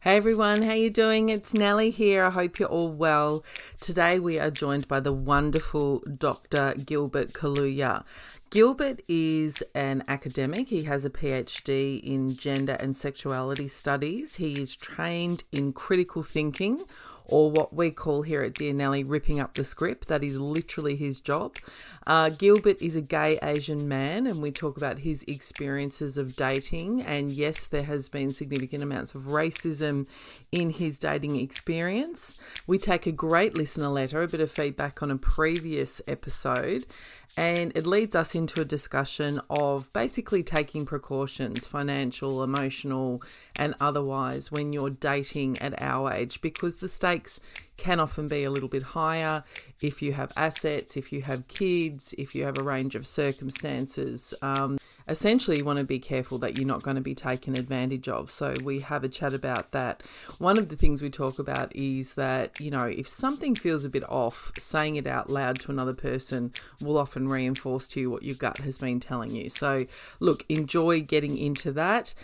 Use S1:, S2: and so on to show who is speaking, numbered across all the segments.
S1: Hey everyone, how you doing? It's Nellie here. I hope you're all well. Today we are joined by the wonderful Dr. Gilbert Kaluuya. Gilbert is an academic. He has a PhD in gender and sexuality studies. He is trained in critical thinking, or what we call here at Dear Nelly, ripping up the script. That is literally his job. Uh, Gilbert is a gay Asian man, and we talk about his experiences of dating. And yes, there has been significant amounts of racism in his dating experience. We take a great listener letter, a bit of feedback on a previous episode. And it leads us into a discussion of basically taking precautions, financial, emotional, and otherwise, when you're dating at our age, because the stakes can often be a little bit higher if you have assets, if you have kids, if you have a range of circumstances. Um, essentially, you want to be careful that you're not going to be taken advantage of. So, we have a chat about that. One of the things we talk about is that, you know, if something feels a bit off, saying it out loud to another person will often reinforce to you what your gut has been telling you. So, look, enjoy getting into that.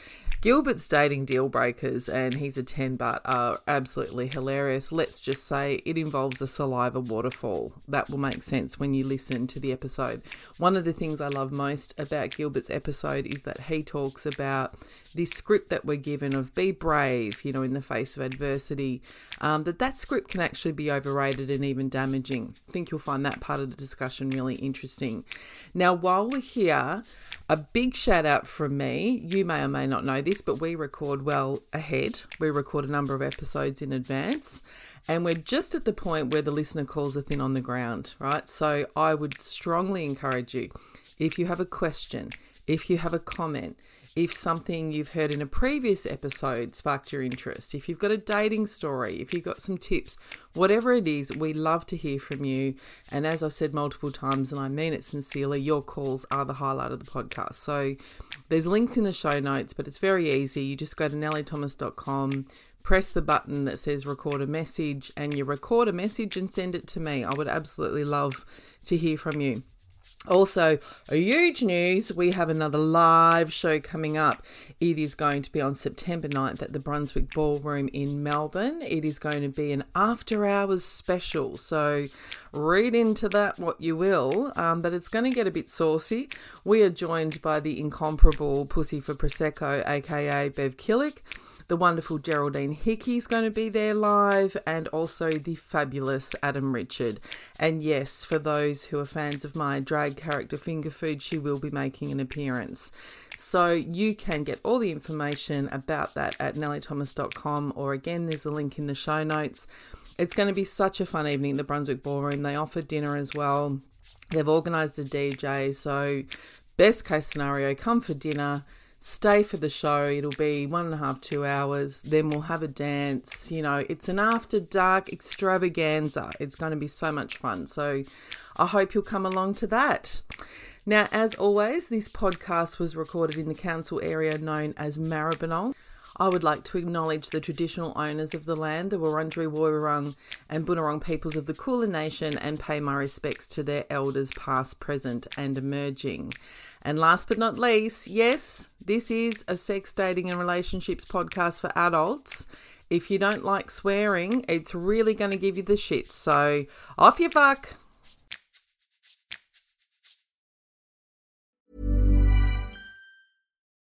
S1: Gilbert's dating deal breakers, and he's a 10 but are absolutely hilarious. Let's just say it involves a saliva waterfall. That will make sense when you listen to the episode. One of the things I love most about Gilbert's episode is that he talks about this script that we're given of be brave, you know, in the face of adversity, um, that that script can actually be overrated and even damaging. I think you'll find that part of the discussion really interesting. Now, while we're here, a big shout out from me. You may or may not know this, but we record well ahead. We record a number of episodes in advance. And we're just at the point where the listener calls are thin on the ground, right? So I would strongly encourage you if you have a question, if you have a comment, if something you've heard in a previous episode sparked your interest, if you've got a dating story, if you've got some tips, whatever it is, we love to hear from you. And as I've said multiple times, and I mean it sincerely, your calls are the highlight of the podcast. So there's links in the show notes, but it's very easy. You just go to nellythomas.com. Press the button that says record a message, and you record a message and send it to me. I would absolutely love to hear from you. Also, a huge news we have another live show coming up. It is going to be on September 9th at the Brunswick Ballroom in Melbourne. It is going to be an after hours special, so read into that what you will, um, but it's going to get a bit saucy. We are joined by the incomparable Pussy for Prosecco, aka Bev Killick. The wonderful Geraldine Hickey is going to be there live, and also the fabulous Adam Richard. And yes, for those who are fans of my drag character Finger Food, she will be making an appearance. So you can get all the information about that at nellythomas.com, or again, there's a link in the show notes. It's going to be such a fun evening at the Brunswick Ballroom. They offer dinner as well. They've organised a DJ, so best case scenario, come for dinner stay for the show. It'll be one and a half, two hours. Then we'll have a dance. You know, it's an after dark extravaganza. It's going to be so much fun. So I hope you'll come along to that. Now, as always, this podcast was recorded in the council area known as Maribyrnong. I would like to acknowledge the traditional owners of the land, the Wurundjeri Woiwurrung and Boonwurrung peoples of the Kulin Nation, and pay my respects to their elders, past, present, and emerging. And last but not least, yes, this is a sex, dating, and relationships podcast for adults. If you don't like swearing, it's really going to give you the shit. So off your fuck.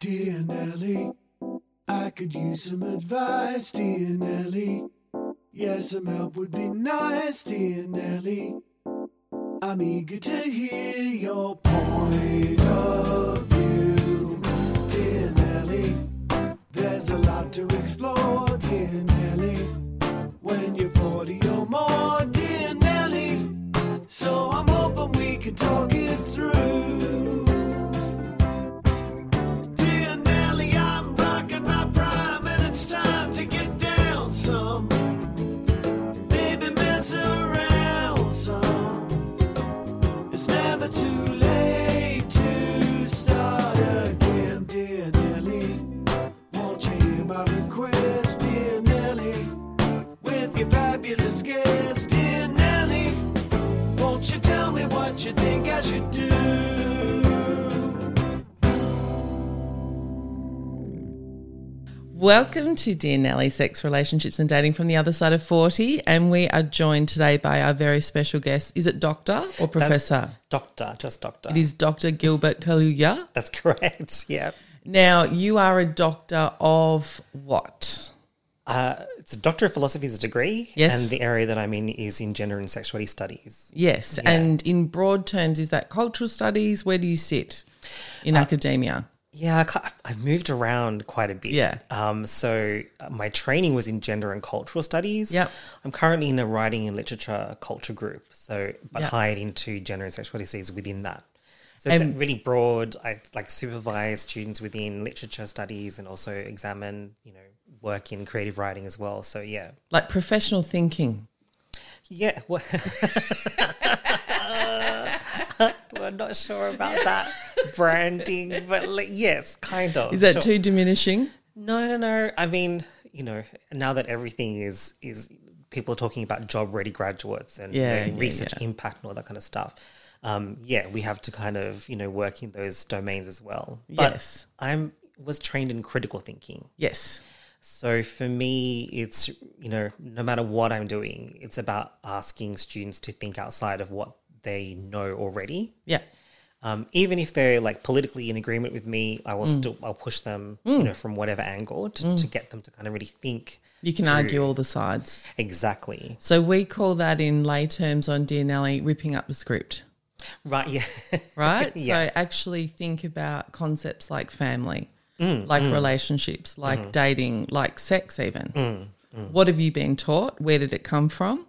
S2: Dear Nelly, I could use some advice, dear Nelly. Yeah, some help would be nice, dear Nelly. I'm eager to hear your point of view, dear Nelly. dear Nelly. When you're 40 or more, dear Nelly. So I'm hoping we can talk it through. Dear Nelly, I'm rocking my prime and it's time to get down some. Maybe mess around some. It's never too late to start again, dear Nelly. Won't you hear my request, dear Nelly? With your fabulous guest, dear Nelly. Won't you tell me what you think I should do?
S1: Welcome to Dear Nelly Sex, Relationships and Dating from the Other Side of 40. And we are joined today by our very special guest. Is it doctor or professor?
S3: Doctor, just doctor.
S1: it is Dr. Gilbert Kaluuya.
S3: That's correct. Yeah.
S1: Now, you are a doctor of what?
S3: Uh, it's a doctor of philosophy is a degree.
S1: Yes.
S3: And the area that I'm in is in gender and sexuality studies.
S1: Yes. And in broad terms, is that cultural studies? Where do you sit in academia?
S3: Yeah, I ca- I've moved around quite a bit.
S1: Yeah.
S3: Um, so uh, my training was in gender and cultural studies.
S1: Yep.
S3: I'm currently in a writing and literature culture group. So, but
S1: Yep.
S3: hired into gender and sexuality studies within that. So it's really broad. I like supervise students within literature studies and also examine, you know, work in creative writing as well. So yeah,
S1: Like professional thinking.
S3: Yeah. Well, we're not sure about that branding, but like, yes, kind of.
S1: Is that
S3: sure.
S1: too diminishing?
S3: No, no, no. I mean, you know, now that everything is is people are talking about job ready graduates and you
S1: Yeah,
S3: know,
S1: yeah,
S3: research
S1: yeah.
S3: impact and all that kind of stuff. Um, yeah, we have to kind of you know work in those domains as well.
S1: Yes.
S3: I'm was trained in critical thinking.
S1: Yes.
S3: So for me, it's, you know, no matter what I'm doing, it's about asking students to think outside of what they know already.
S1: Yeah.
S3: Um, even if they're like politically in agreement with me, I will still, I'll push them, you know, from whatever angle to, to get them to kind of really think
S1: You can argue all the sides.
S3: exactly.
S1: So we call that in lay terms on Dear Nelly ripping up the script,
S3: Right. Yeah.
S1: right?
S3: Yeah.
S1: So actually think about concepts like family, like relationships, like dating, like sex, even. What have you been taught? Where did it come from?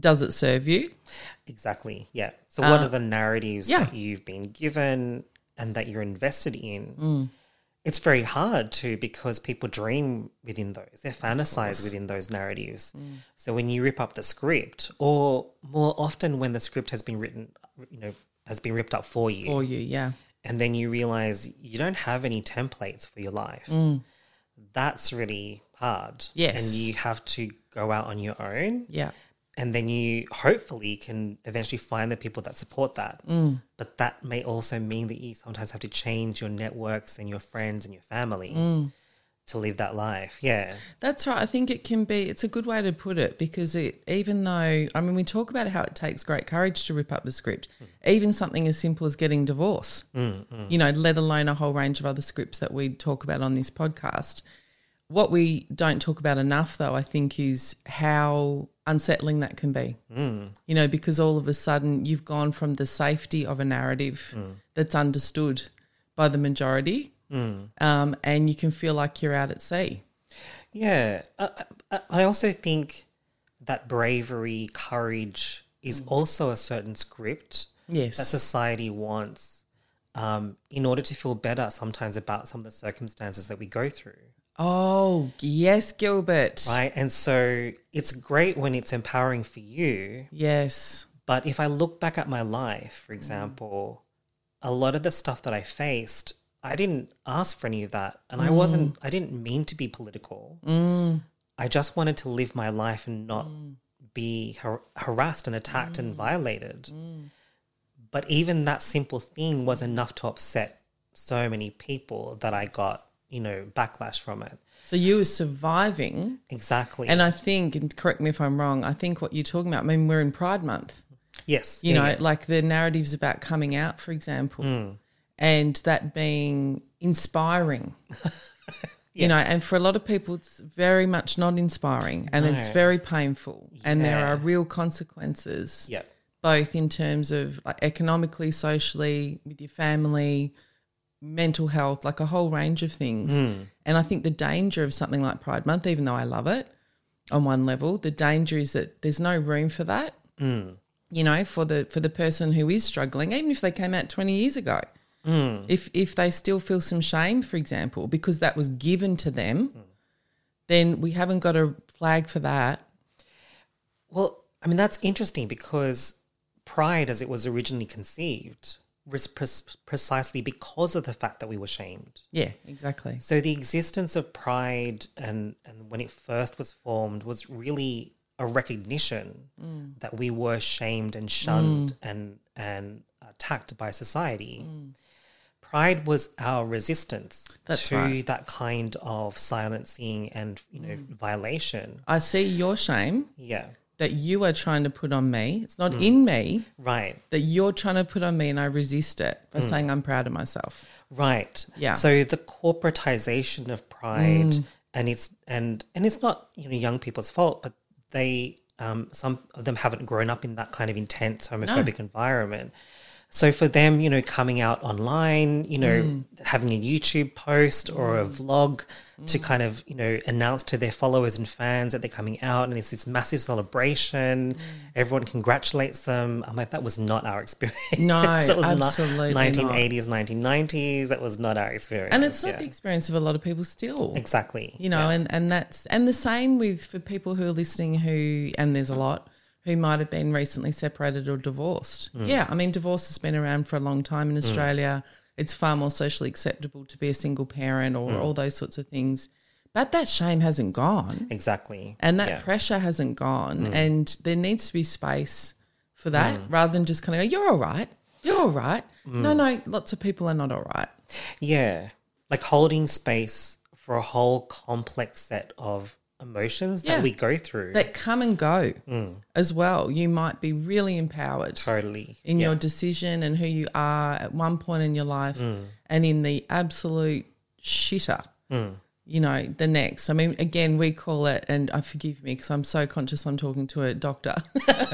S1: Does it serve you?
S3: Exactly. Yeah. So what are the narratives
S1: yeah.
S3: that you've been given and that you're invested in? It's very hard to because people dream within those. They fantasize within those narratives. So when you rip up the script, or more often when the script has been written, you know, has been ripped up for you,
S1: For you, yeah.
S3: and then you realize you don't have any templates for your life. That's really hard.
S1: Mm. Yes.
S3: And you have to go out on your own
S1: Yeah.
S3: and then you hopefully can eventually find the people that support that.
S1: Mm.
S3: But that may also mean that you sometimes have to change your networks and your friends and your family
S1: Mm.
S3: to live that life. Yeah.
S1: That's right. I think it can be, it's a good way to put it because it, even though, I mean, we talk about how it takes great courage to rip up the script, even something as simple as getting divorced, you know, let alone a whole range of other scripts that we talk about on this podcast. What we don't talk about enough, though, I think, is how unsettling that can be. You know, because all of a sudden you've gone from the safety of a narrative that's understood by the majority, um, and you can feel like you're out at sea.
S3: Yeah. I, I, I also think that bravery, courage is also a certain script
S1: Yes.
S3: that society wants um, in order to feel better sometimes about some of the circumstances that we go through.
S1: Oh, yes, Gilbert.
S3: Right. And so it's great when it's empowering for you.
S1: Yes.
S3: But if I look back at my life,
S1: Mm.
S3: for example, a lot of the stuff that I faced, I didn't ask for any of that. And I
S1: Mm.
S3: wasn't, I didn't mean to be political. I just wanted to live my life and not
S1: Mm.
S3: be har- harassed and attacked and violated.
S1: Mm.
S3: But even that simple thing was enough to upset so many people that I got, you know, backlash from it.
S1: So you were surviving.
S3: Exactly.
S1: And I think, and correct me if I'm wrong, I think what you're talking about, I mean, we're in Pride Month,
S3: yes.
S1: you
S3: yeah,
S1: know,
S3: yeah. Hmm.
S1: like the narratives about coming out, for example, and that being inspiring. You know, and for a lot of people, it's very much not inspiring and it's
S3: No.
S1: very painful. And there
S3: Yeah.
S1: are real consequences.
S3: yeah.
S1: both in terms of like economically, socially, with your family, mental health, like a whole range of things. And I think the danger of something like Pride Month, even though I love it on one level, the danger is that there's no room for that. You know, for the for the person who is struggling, even if they came out 20 years ago. If if they still feel some shame, for example, because that was given to them, then we haven't got a flag for that.
S3: Well, I mean, that's interesting because pride, as it was originally conceived, was pres- precisely because of the fact that we were shamed.
S1: Yeah, exactly.
S3: So the existence of pride and, and when it first was formed was really a recognition
S1: Mm.
S3: that we were shamed and shunned and and attacked by society. Pride was our resistance
S1: Mm. That's
S3: to
S1: right. Mm.
S3: that kind of silencing and you know violation.
S1: I see your shame
S3: Yeah.
S1: that you are trying to put on me. It's not in me
S3: Right.
S1: that you're trying to put on me, and I resist it by saying I'm proud of myself.
S3: Right.
S1: Yeah. Mm.
S3: So the corporatization of pride and it's and and it's not, you know, young people's fault, but they um some of them haven't grown up in that kind of intense homophobic environment. So for them, you know, coming out online, you know,
S1: Mm.
S3: having a YouTube post or a vlog
S1: Mm.
S3: to kind of, you know, announce to their followers and fans that they're coming out and it's this massive celebration.
S1: Mm.
S3: Everyone congratulates them. I'm like, that was not our experience.
S1: No,
S3: it was
S1: absolutely not.
S3: not 1980s, 1990s. That was not our experience.
S1: And it's not
S3: Yeah.
S1: the experience of a lot of people still.
S3: exactly.
S1: You know, and, and that's and the same with for people who are listening who and there's a lot who might have been recently separated or divorced. Yeah, I mean divorce has been around for a long time in Australia. It's far more socially acceptable to be a single parent or all those sorts of things. But that shame hasn't gone.
S3: exactly.
S1: and that
S3: Yeah. Mm.
S1: pressure hasn't gone and there needs to be space for that rather than just kind of go you're all right you're all right
S3: Mm.
S1: no no lots of people are not all right
S3: yeah, like holding space for a whole complex set of emotions
S1: Yeah.
S3: that we go through.
S1: that come and go as well you might be really empowered
S3: Mm. totally.
S1: in
S3: Yeah.
S1: your decision and who you are at one point in your life
S3: Mm.
S1: and in the absolute shitter
S3: Mm.
S1: you know the next i mean again we call it and i forgive me because i'm so conscious i'm talking to a doctor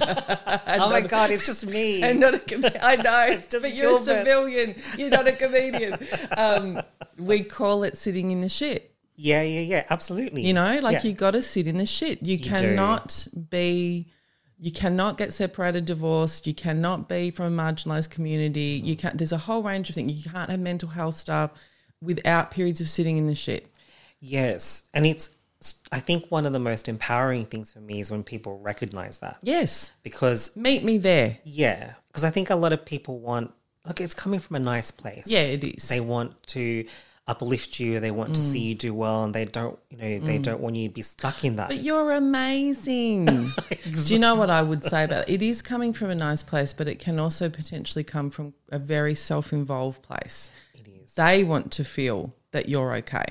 S3: oh my god, it's just me.
S1: and not a comedian. I know,
S3: just
S1: but you're a
S3: Gilbert.
S1: civilian. You're not a comedian. um, we call it sitting in the shit.
S3: yeah, yeah, yeah. Absolutely.
S1: You know, like
S3: Yeah.
S1: you got to sit in the shit. You, cannot be. You cannot get separated, divorced. You cannot be from a marginalized community.
S3: Mm-hmm.
S1: You can't. There's a whole range of things. You can't have mental health stuff without periods of sitting in the shit.
S3: Yes, and it's. I think one of the most empowering things for me is when people recognize that
S1: Yes,
S3: because
S1: meet me there.
S3: Yeah, because I think a lot of people want look, it's coming from a nice place.
S1: Yeah, it is.
S3: They want to uplift you, they want to see
S1: Mm.
S3: you do well and they don't, you know, they don't want you to be stuck in that.
S1: But you're amazing. Do you know what I would say about it? It is coming from a nice place, but it can also potentially come from a very self involved place. It is. They want to feel that you're okay.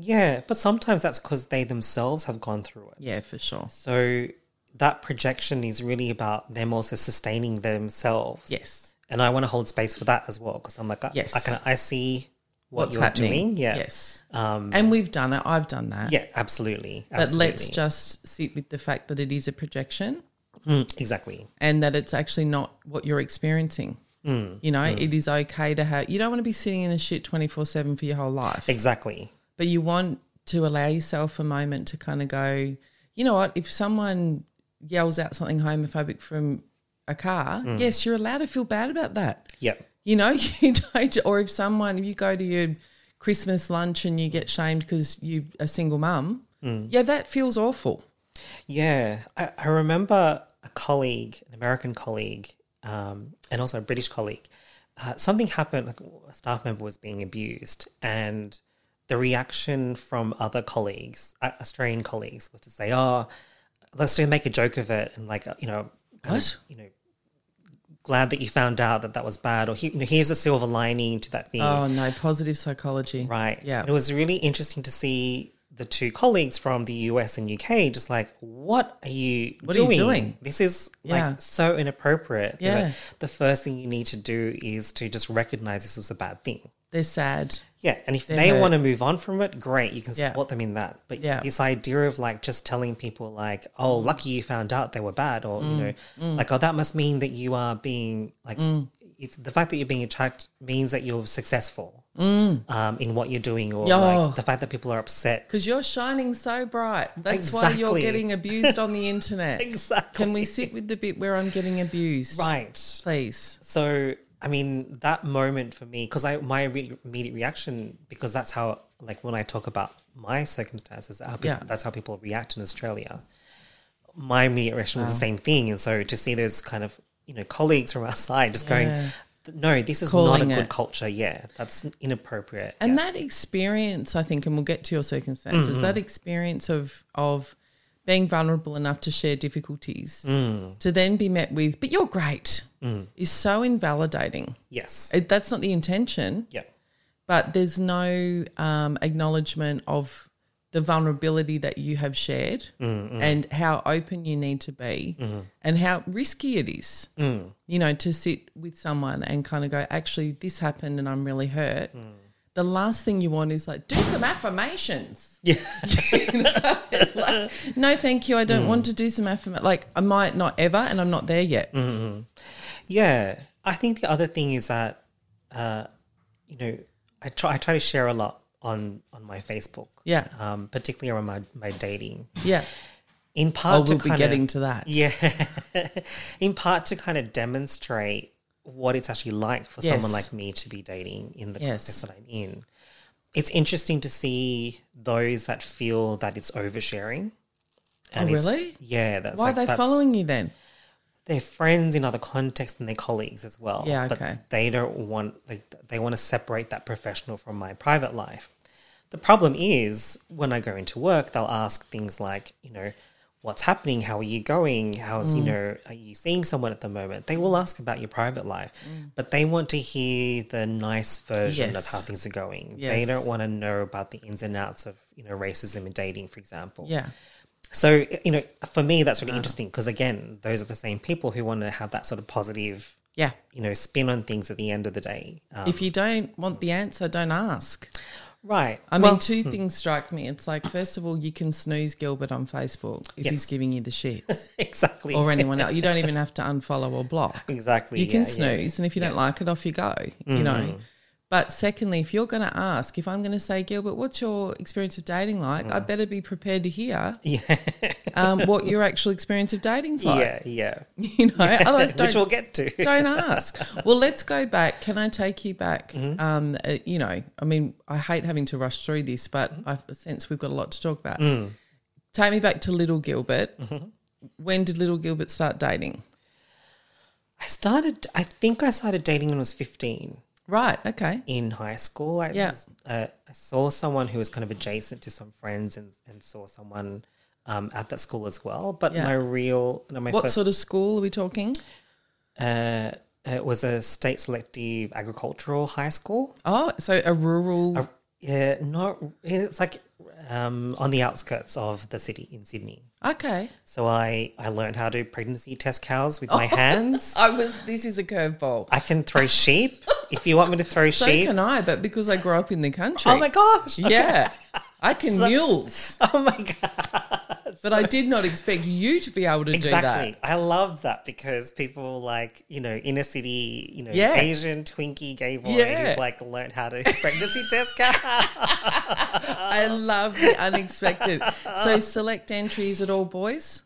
S3: yeah, but sometimes that's cuz they themselves have gone through it.
S1: Yeah, for sure.
S3: So that projection is really about them also sustaining themselves.
S1: Yes.
S3: And I want to hold space for that as well because I'm like I,
S1: Yes.
S3: I can I see what
S1: What's
S3: you're
S1: happening?
S3: doing. Yeah.
S1: Yes.
S3: Um
S1: And we've done it. I've done that.
S3: yeah, absolutely.
S1: But let's
S3: absolutely.
S1: just sit with the fact that it is a projection
S3: Mm, exactly.
S1: and that it's actually not what you're experiencing.
S3: Mm,
S1: You know, it is okay to have, you don't want to be sitting in the shit 24 7 for your whole life.
S3: Exactly.
S1: but you want to allow yourself a moment to kind of go, you know what, if someone yells out something homophobic from a car,
S3: Mm.
S1: yes, you're allowed to feel bad about that.
S3: Yep.
S1: You know, you don't, or if someone, if you go to your Christmas lunch and you get shamed because you a single mum,
S3: Mm.
S1: yeah, that feels awful.
S3: Yeah, I, I remember a colleague, an American colleague, um, and also a British colleague. Uh, something happened, like a staff member was being abused, and the reaction from other colleagues, uh, Australian colleagues, was to say, "Oh, let's do make a joke of it," and like uh, you know, kind of,
S1: What?
S3: you know, glad that you found out that that was bad, or "Here- you know, here's a silver lining to that thing.
S1: Oh no, positive psychology.
S3: Right.
S1: Yeah.
S3: It was really interesting to see the two colleagues from the US and UK just like, what are you
S1: What are you
S3: doing?
S1: doing?
S3: This is
S1: Yeah.
S3: like so inappropriate. They're
S1: Yeah.
S3: like, the first thing you need to do is to just recognize this was a bad thing.
S1: They're sad.
S3: Yeah. And if
S1: They're
S3: they
S1: hurt.
S3: want to move on from it, great. You can
S1: Yeah.
S3: support them in that. But
S1: Yeah. Mm.
S3: this idea of like just telling people like, oh,
S1: Mm.
S3: lucky you found out they were bad or, you know, like, oh, that must mean that you are being like, if the fact that you're being attacked means that you're successful
S1: Mm.
S3: um, in what you're doing, or
S1: Yeah.
S3: like the fact that people are upset.
S1: Because you're shining so bright. That's why you're
S3: Exactly.
S1: getting abused on the internet.
S3: Exactly.
S1: Can we sit with the bit where I'm getting abused?
S3: Right.
S1: Please.
S3: So I mean that moment for me because I my re- immediate reaction because that's how like when I talk about my circumstances how people,
S1: Yeah.
S3: that's how people react in Australia. My immediate reaction was the same thing, and so to see those kind of you know colleagues from outside just
S1: Yeah.
S3: going, no, this is
S1: Calling
S3: not a good
S1: it.
S3: culture. Yeah, that's inappropriate.
S1: And
S3: Yeah.
S1: that experience, I think, and we'll get to your circumstances, that experience of of being vulnerable enough to share difficulties to then be met with, but you're great, is so invalidating.
S3: yes,
S1: It, that's not the intention,
S3: yeah,
S1: but there's no um, acknowledgement of the vulnerability that you have shared
S3: Mm-hmm.
S1: and how open you need to be and how risky it is,
S3: Mm.
S1: you know, to sit with someone and kind of go, actually, this happened and I'm really hurt.
S3: Mm.
S1: The last thing you want is like, do some affirmations. Yeah. no, thank you. I
S3: Mm.
S1: don't want to do some affirmations. Like, I might not ever, and I'm not there yet.
S3: Mm. yeah. I think the other thing is that uh, you know I try I try to share a lot on on my Facebook.
S1: Yeah.
S3: um, particularly around my, my dating.
S1: Yeah.
S3: In part,
S1: Oh,
S3: to
S1: we'll be
S3: kinda-
S1: getting to that.
S3: yeah, in part to kind of demonstrate what it's actually like for
S1: Yes.
S3: someone like me to be dating in the
S1: Yes.
S3: context that I'm in. It's interesting to see those that feel that it's oversharing.
S1: Oh,
S3: it's-
S1: really?
S3: yeah, that's
S1: Why
S3: like-
S1: are they
S3: that's-
S1: following you then?
S3: their friends in other contexts and their colleagues as well.
S1: Yeah, okay.
S3: But they don't want like th- they want to separate that professional from my private life. The problem is when I go into work, they'll ask things like, you know, what's happening? How are you going? How's
S1: Mm.
S3: you know, are you seeing someone at the moment? They will ask about your private life, but they want to hear the nice version of
S1: Mm. Yes.
S3: how things are going. They
S1: Yes.
S3: don't want to know about the ins and outs of you know racism and dating, for example.
S1: Yeah.
S3: So, you know, for me, that's
S1: Mm.
S3: really interesting because, again, those are the same people who want to have that sort of positive,
S1: Yeah.
S3: you know, spin on things at the end of the day. Um,
S1: If you don't want the answer, don't ask.
S3: right.
S1: I
S3: Well, hmm.
S1: mean, two things strike me. It's like, first of all, you can snooze Gilbert on Facebook if he's
S3: Yes.
S1: giving you the shit
S3: exactly.
S1: or anyone else. You don't even have to unfollow or block.
S3: Exactly.
S1: You can
S3: yeah, yeah. Mm-hmm.
S1: snooze, and if you don't like it, off you go, you know. But secondly, if you're going to ask, if I'm going to say, Gilbert, what's your experience of dating like?
S3: Mm.
S1: I better be prepared to hear um, what your actual experience of dating's like.
S3: Yeah, yeah.
S1: You know, otherwise, don't
S3: Which we'll get to.
S1: don't ask. Well, let's go back. Can I take you back?
S3: Mm-hmm.
S1: Um, uh, you know, I mean, I hate having to rush through this, but
S3: Mm-hmm.
S1: I sense we've got a lot to talk about.
S3: Mm.
S1: Take me back to Little Gilbert.
S3: Mm-hmm.
S1: When did Little Gilbert start dating?
S3: I started, I think I started dating when I was 15
S1: Right. Okay.
S3: in high school. I,
S1: Yeah.
S3: was, uh, I saw someone who was kind of adjacent to some friends and, and saw someone um, at that school as well. But
S1: Yeah.
S3: my real, no, my
S1: What
S3: first
S1: sort of school are we talking?
S3: uh, it was a state selective agricultural high school.
S1: Oh, so a rural.
S3: Yeah, not it's like um, on the outskirts of the city in Sydney.
S1: okay.
S3: So I I learned how to pregnancy test cows with my
S1: Oh.
S3: hands.
S1: I was. This is a curveball.
S3: I can throw sheep if you want me to throw
S1: So
S3: sheep.
S1: can I, but because I grew up in the country.
S3: Oh my gosh!
S1: Yeah. I can mules,
S3: Oh my god!
S1: but I did not expect you to be able to do
S3: Exactly.
S1: that.
S3: I love that because people like you know inner city you know
S1: Yeah.
S3: Asian twinky gay boy
S1: Yeah.
S3: who's like learned how to pregnancy test cows.
S1: I love the unexpected. so select entry is it all boys?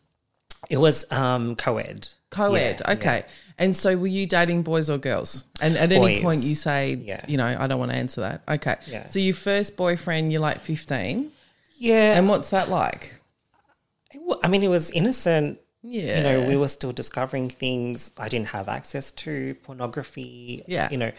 S3: It was um co-ed.
S1: Co-ed,
S3: Yeah,
S1: okay. And so were you dating boys or girls? And at any
S3: Boys.
S1: point you say,
S3: Yeah.
S1: you know, I don't want to answer that. Okay.
S3: Yeah.
S1: So your first boyfriend, you're like 15.
S3: Yeah,
S1: And what's that like?
S3: It wa- I mean, it was innocent.
S1: Yeah.
S3: You know, we were still discovering things I didn't have access to, pornography.
S1: Yeah.
S3: You know,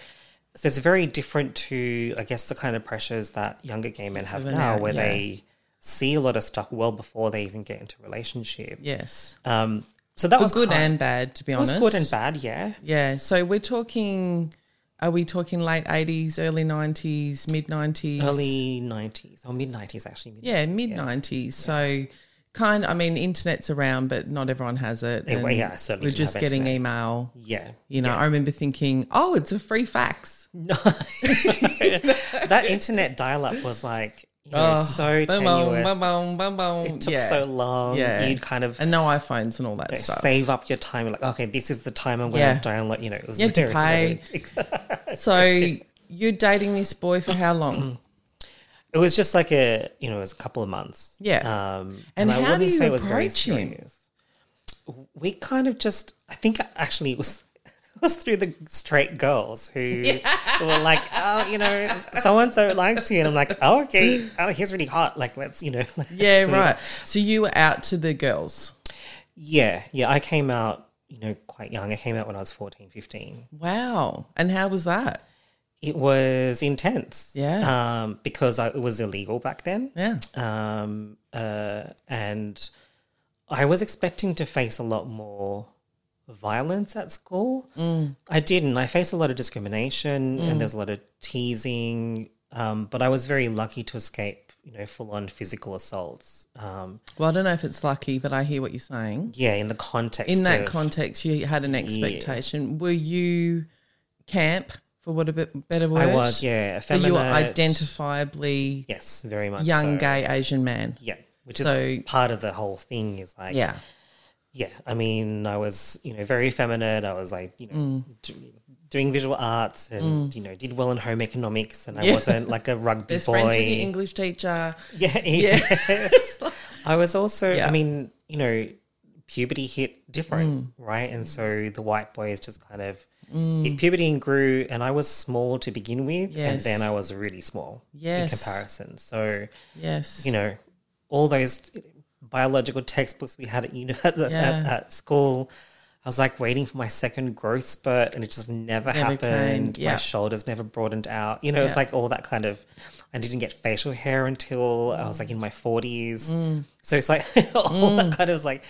S3: so it's very different to, I guess, the kind of pressures that younger gay men have
S1: Even
S3: now,
S1: now,
S3: where
S1: yeah.
S3: they see a lot of stuff well before they even get into a relationship.
S1: Yes.
S3: Um, so that
S1: For
S3: was
S1: good
S3: kind-
S1: and bad, to be
S3: it was
S1: honest.
S3: good and bad. Yeah.
S1: Yeah. So we're talking, are we talking late 80s, early 90s, mid 90s?
S3: Early nineties or mid nineties, actually. mid-
S1: Yeah, mid 90s. So kind I mean, internet's around, but not everyone has it.
S3: Anyway,
S1: And
S3: yeah, I certainly
S1: We're
S3: didn't
S1: just
S3: have
S1: getting
S3: internet.
S1: email.
S3: Yeah.
S1: You know, I remember thinking, oh, it's a free fax.
S3: No. that internet dial up was like you know,
S1: Oh,
S3: so
S1: boom,
S3: tenuous.
S1: Boom, boom, boom, boom, boom.
S3: It took
S1: yeah.
S3: so long. You'd kind of
S1: and no iPhones and all that
S3: you know,
S1: stuff.
S3: save up your time. You're Like, okay, this is the time I'm going
S1: Yeah.
S3: to download. You know, it was
S1: You had to
S3: very
S1: pay.
S3: limited.
S1: So you're dating this boy for how
S3: Mm,
S1: long?
S3: It was just like a, you know, it was a couple of months.
S1: Yeah.
S3: Um,
S1: And
S3: and,
S1: how
S3: I
S1: do
S3: wouldn't
S1: you
S3: say it was very
S1: approach him?
S3: serious. We kind of just, I think actually it was, it was through the straight girls who were like, oh, you know, so and so likes you. And I'm like, oh, okay. Oh, he's really hot. Like, let's, you know. let's
S1: yeah,
S3: meet
S1: right.
S3: up.
S1: So you were out to the girls.
S3: Yeah. Yeah. I came out, you know, quite young. I came out when I was 14, 15.
S1: Wow. And how was that?
S3: It was intense.
S1: Yeah.
S3: Um, because I, it was illegal back then.
S1: Yeah.
S3: um, uh, and I was expecting to face a lot more violence at school.
S1: Mm.
S3: I didn't. I faced a lot of discrimination, and there was a lot of teasing. Um, but I was very lucky to escape, you know, full-on physical assaults. Um,
S1: Well, I don't know if it's lucky, but I hear what you're saying.
S3: yeah, in the context
S1: In that
S3: of-
S1: context, you had an expectation. Were you camp, for what a bit better word?
S3: I was, yeah,
S1: So you were
S3: effeminate.
S1: identifiably
S3: Yes, very much
S1: young,
S3: so.
S1: gay Asian man.
S3: Yeah, which
S1: So-
S3: is part of the whole thing. Is like,
S1: Yeah.
S3: yeah, I mean, I was, you know, very effeminate. I was like, you know,
S1: Mm.
S3: do- doing visual arts and, you know, did well in home economics and I wasn't like a rugby
S1: Best
S3: boy.
S1: friends with your English teacher.
S3: Yeah, yes. I was also,
S1: Yeah.
S3: I mean, you know, puberty hit
S1: Mm.
S3: different, right? And so the white boys just kind of hit puberty and grew. And I was small to begin with. And
S1: Yes.
S3: then I was really small
S1: Yes.
S3: in comparison. So,
S1: Yes.
S3: you know, all those biological textbooks we had at, uni- at, at-
S1: Yeah.
S3: at school. I was like waiting for my second growth spurt and it just never,
S1: Never came,
S3: happened.
S1: yeah.
S3: My shoulders never broadened out. You know, it's
S1: Yeah.
S3: like all that kind of. I didn't get facial hair until I was like in my 40s.
S1: Mm.
S3: So it's like all that kind of was like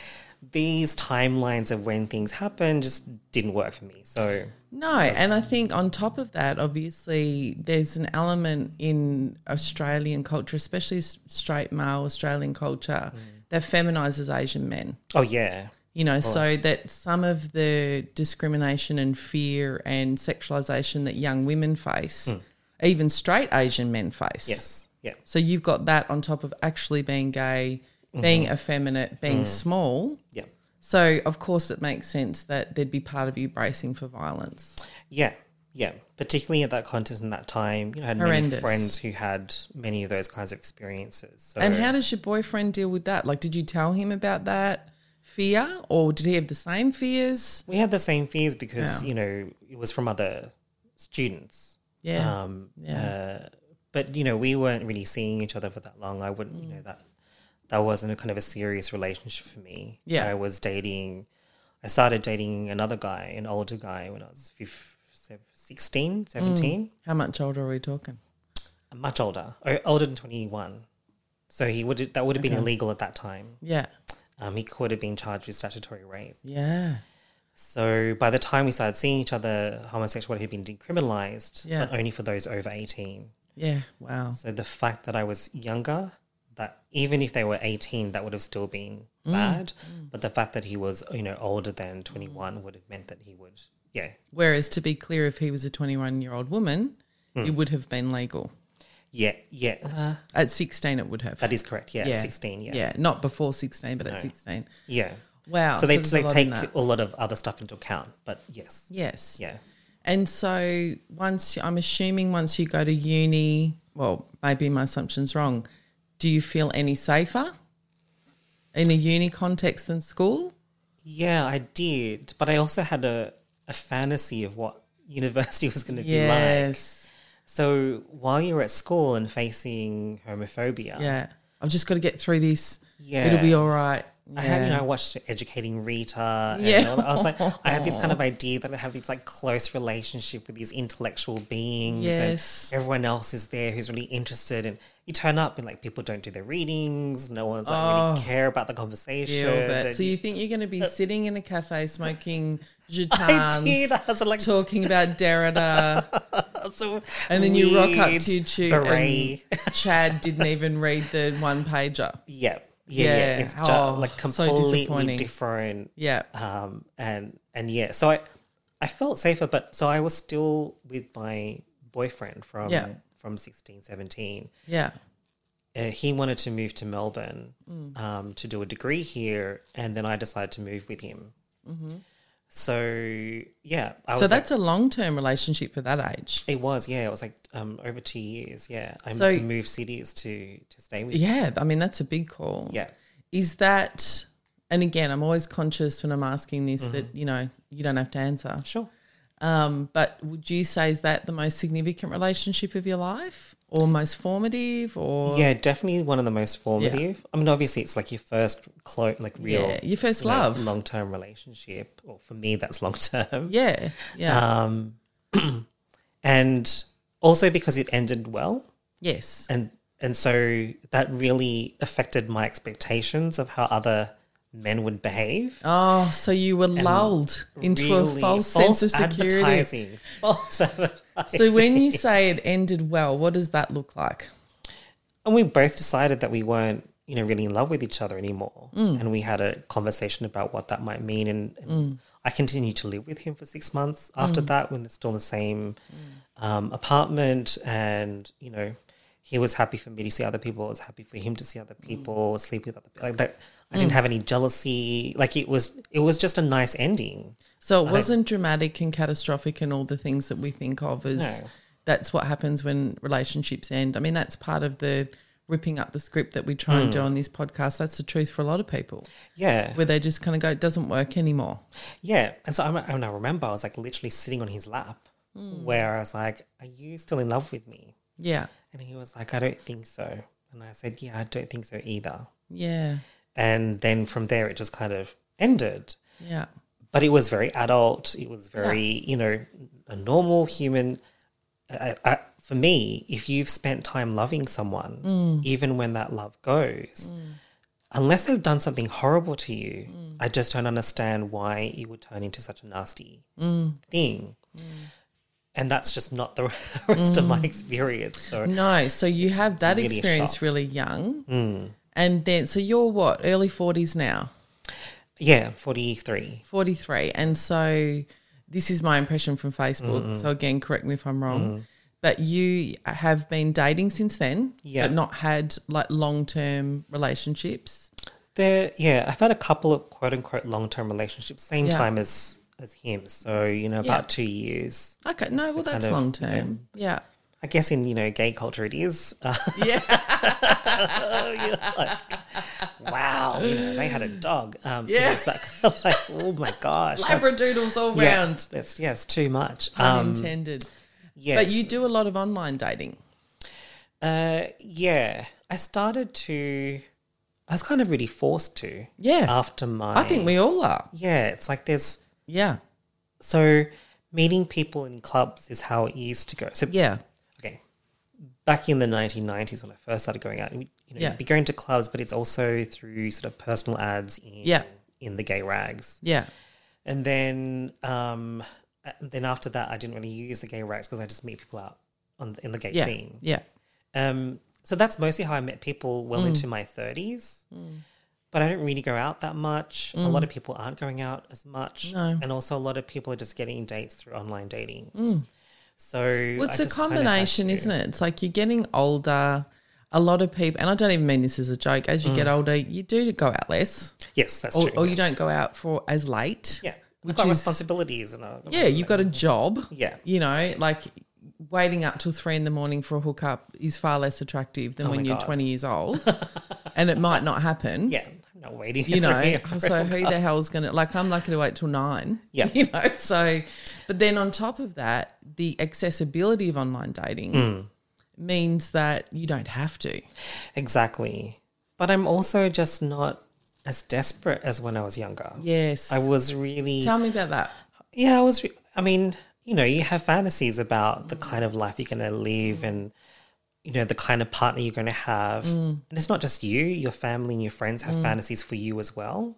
S3: these timelines of when things happen just didn't work for me. So
S1: No, and I think on top of that, obviously, there's an element in Australian culture, especially s- straight male Australian culture,
S3: Mm.
S1: that feminizes Asian men.
S3: oh yeah.
S1: You know, so that some of the discrimination and fear and sexualization that young women face, even straight Asian men face.
S3: Yes. Yeah.
S1: So you've got that on top of actually being gay, being effeminate, being small.
S3: Yeah.
S1: So of course it makes sense that there'd be part of you bracing for violence.
S3: Yeah, yeah. Particularly at that contest and that time, you know, I had
S1: Horrendous.
S3: many friends who had many of those kinds of experiences. So
S1: And how does your boyfriend deal with that? Like, did you tell him about that fear, or did he have the same fears?
S3: we had the same fears because you know it was from other students.
S1: Yeah,
S3: Um, uh, but you know, we weren't really seeing each other for that long. I wouldn't, you know,
S1: Mm.
S3: that that wasn't a kind of a serious relationship for me.
S1: Yeah.
S3: I was dating. I started dating another guy, an older guy, when I was fif- sev- 16, 17.
S1: how much older are we talking?
S3: much older, o- older than 21. So he would that would have been illegal at that time.
S1: Yeah,
S3: Um, he could have been charged with statutory rape.
S1: yeah,
S3: So by the time we started seeing each other, homosexuality had been decriminalized,
S1: Yeah.
S3: but only for those over 18.
S1: yeah. Wow.
S3: So the fact that I was younger, that even if they were 18, that would have still been
S1: Mm.
S3: bad. But the fact that he was, you know, older than 21 would have meant that he would, yeah,
S1: Whereas, to be clear, if he was a 21 year old woman, it
S3: Hmm.
S1: would have been legal.
S3: yeah, yeah. Uh,
S1: At 16, it would have.
S3: that is correct. Yeah,
S1: Uh-huh. Yeah.
S3: 16, yeah.
S1: yeah, not before 16, but at 16.
S3: Yeah.
S1: Wow.
S3: so they,
S1: there's
S3: they
S1: a lot in
S3: take
S1: that.
S3: a lot of other stuff into account. But yes,
S1: Yes.
S3: yeah,
S1: And so once I'm assuming once you go to uni, well, maybe my assumption's wrong. Do you feel any safer in a uni context than school?
S3: yeah, I did. But I also had a, a fantasy of what university was going to be like.
S1: Yes.
S3: So while you were at school and facing homophobia,
S1: Yeah. I've just got to get through this.
S3: Yeah.
S1: It'll be all right.
S3: I had you
S1: Yeah.
S3: know I watched Educating Rita. And
S1: Yeah.
S3: all that. I was like, I had this kind of idea that I have this like close relationship with these intellectual beings,
S1: Yes.
S3: and everyone else is there who's really interested. And you turn up and like people don't do their readings. No one's like really care about the conversation.
S1: Deal with it.
S3: and
S1: Oh. So you think you're going to be sitting in a cafe smoking
S3: Uh, I did. I
S1: jetons,
S3: was like,
S1: talking about Derrida,
S3: so
S1: and then you rock up
S3: weird,
S1: to your tube
S3: beret.
S1: and Chad didn't even read the one pager.
S3: yeah, yeah, yeah.
S1: Yeah.
S3: It's
S1: Oh,
S3: just, like
S1: so
S3: completely
S1: disappointing.
S3: different.
S1: Yeah.
S3: Um, and and yeah, so I I felt safer, but so I was still with my boyfriend from
S1: Yeah.
S3: from 16, 17.
S1: Yeah.
S3: uh, he wanted to move to Melbourne
S1: Mm.
S3: um, to do a degree here, and then I decided to move with him. So yeah,
S1: Mm-hmm. So
S3: I was like-
S1: that's a long term relationship for that age.
S3: it was yeah, it was like um, over two years. Yeah, I
S1: So-
S3: moved cities to to stay with. him.
S1: Yeah, I mean that's a big call.
S3: yeah.
S1: Is that and again, I'm always conscious when I'm asking this
S3: Mm-hmm.
S1: that, you know, you don't have to answer.
S3: Sure.
S1: Um, but would you say is that the most significant relationship of your life? Or most formative or
S3: Yeah, definitely one of the most formative. I mean, obviously, it's like your first clo- like real,
S1: Yeah, your first
S3: you know,
S1: love.
S3: long-term relationship. Or for me, that's long-term.
S1: Yeah. Yeah.
S3: Um, and also because it ended well,
S1: yes.
S3: and and so that really affected my expectations of how other men would behave.
S1: Oh, so you were lulled into
S3: Really
S1: a false, sense of security.
S3: advertising. False advertising.
S1: So when you say it ended well, what does that look like?
S3: and we both decided that we weren't you know really in love with each other anymore and we had a conversation about what that might mean and, and i continued to live with him for six months after that when they're still in the same um, apartment and you know he was happy for me to see other people. I was happy for him to see other people, sleep with other people. Like that, I didn't have any jealousy. Like it was, it was just a nice ending.
S1: So it wasn't dramatic and catastrophic and all the things that we think of as
S3: No.
S1: that's what happens when relationships end. I mean, that's part of the ripping up the script that we try and
S3: Mm.
S1: do on this podcast. That's the truth for a lot of people,
S3: Yeah,
S1: where they just kind of go, it doesn't work anymore.
S3: yeah. And so I, rem- and I remember I was like literally sitting on his lap, where I was like, "Are you still in love with me?"
S1: Yeah.
S3: And he was like, I don't think so. And I said, Yeah, I don't think so either.
S1: Yeah.
S3: And then from there, it just kind of ended.
S1: Yeah.
S3: But it was very adult. It was very, you know, a normal human. I, I, for me, if you've spent time loving someone, even when that love goes, unless they've done something horrible to you, I just don't understand why you would turn into such a nasty thing. And that's just not the rest of my experience. So
S1: No. So you have that
S3: really a
S1: experience
S3: shock. Hmm.
S1: really young. And then, so you're what, early 40s now?
S3: Yeah, 43.
S1: 43. And so this is my impression from Facebook.
S3: Mm-hmm.
S1: So again, correct me if I'm wrong. But you have been dating since then,
S3: Yeah.
S1: but not had like long term relationships.
S3: There, yeah, I've had a couple of quote unquote long term relationships, same
S1: Yeah.
S3: time as as him. So you know, about two years.
S1: Okay, no, well that's
S3: of,
S1: long term. Yeah.
S3: I guess in you know gay culture, it is. Uh,
S1: Yeah.
S3: you're like, wow, you know, they had a dog. Um,
S1: Yeah.
S3: yeah, it's like, like, oh my gosh, that's-
S1: Labradoodles all
S3: yeah,
S1: round.
S3: That's yes, too much.
S1: Pun
S3: Um,
S1: intended.
S3: yes,
S1: But you do a lot of online dating.
S3: Uh, yeah, I started to. I was kind of really forced to.
S1: Yeah.
S3: After my,
S1: I think we all are.
S3: Yeah, it's like there's
S1: Yeah.
S3: So meeting people in clubs is how it used to go. So
S1: Yeah.
S3: okay, back in the 1990s when I first started going out, you know,
S1: Yeah.
S3: you'd be going to clubs, but it's also through sort of personal ads in
S1: Yeah.
S3: in the gay rags.
S1: Yeah.
S3: And then um uh, then after that, I didn't really use the gay rags because I just meet people out on the, in the gay
S1: Yeah.
S3: scene.
S1: Yeah.
S3: Um, so that's mostly how I met people well
S1: Mm.
S3: into my 30s. But I don't really go out that much. A lot of people aren't going out as
S1: Mm.
S3: much.
S1: No.
S3: And also, a lot of people are just getting dates through online dating. So
S1: Mm. Well, it's a combination, isn't it? It's like you're getting older. A lot of people, and I don't even mean this as a joke, as you get older, you do go out less.
S3: Yes, that's
S1: or,
S3: Mm. true.
S1: or you don't go out for as late.
S3: yeah.
S1: which
S3: I've got
S1: is-
S3: responsibilities. And a,
S1: Yeah, you've got a job.
S3: Yeah.
S1: You know, like waiting up till three in the morning for a hookup is far less attractive than when
S3: Oh my
S1: you're
S3: God.
S1: 20 years old and it might not happen.
S3: Yeah, I'm not waiting.
S1: You know,
S3: for
S1: so
S3: it.
S1: who the hell's going to, like, I'm lucky to wait till nine.
S3: Yeah.
S1: You know, so, but then on top of that, the accessibility of online dating
S3: Hmm.
S1: means that you don't have to.
S3: Exactly. But I'm also just not as desperate as when I was younger.
S1: Yes.
S3: I was really.
S1: Tell me about that.
S3: yeah, I was. Re- I mean, you know, you have fantasies about the kind of life you're going to live and, you know, the kind of partner you're going to have.
S1: Mm.
S3: And it's not just you, your family and your friends have fantasies for you as well.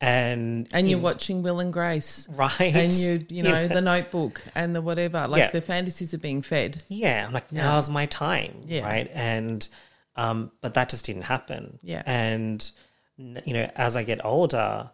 S3: And,
S1: Mm. And you're watching Will and Grace.
S3: right.
S1: and you you know the notebook and the whatever like
S3: Yeah.
S1: the fantasies are being fed
S3: yeah, I'm like, now's my time.
S1: Yeah.
S3: Right. And, um, but that just didn't happen.
S1: Yeah.
S3: And, n- you know, as I get older,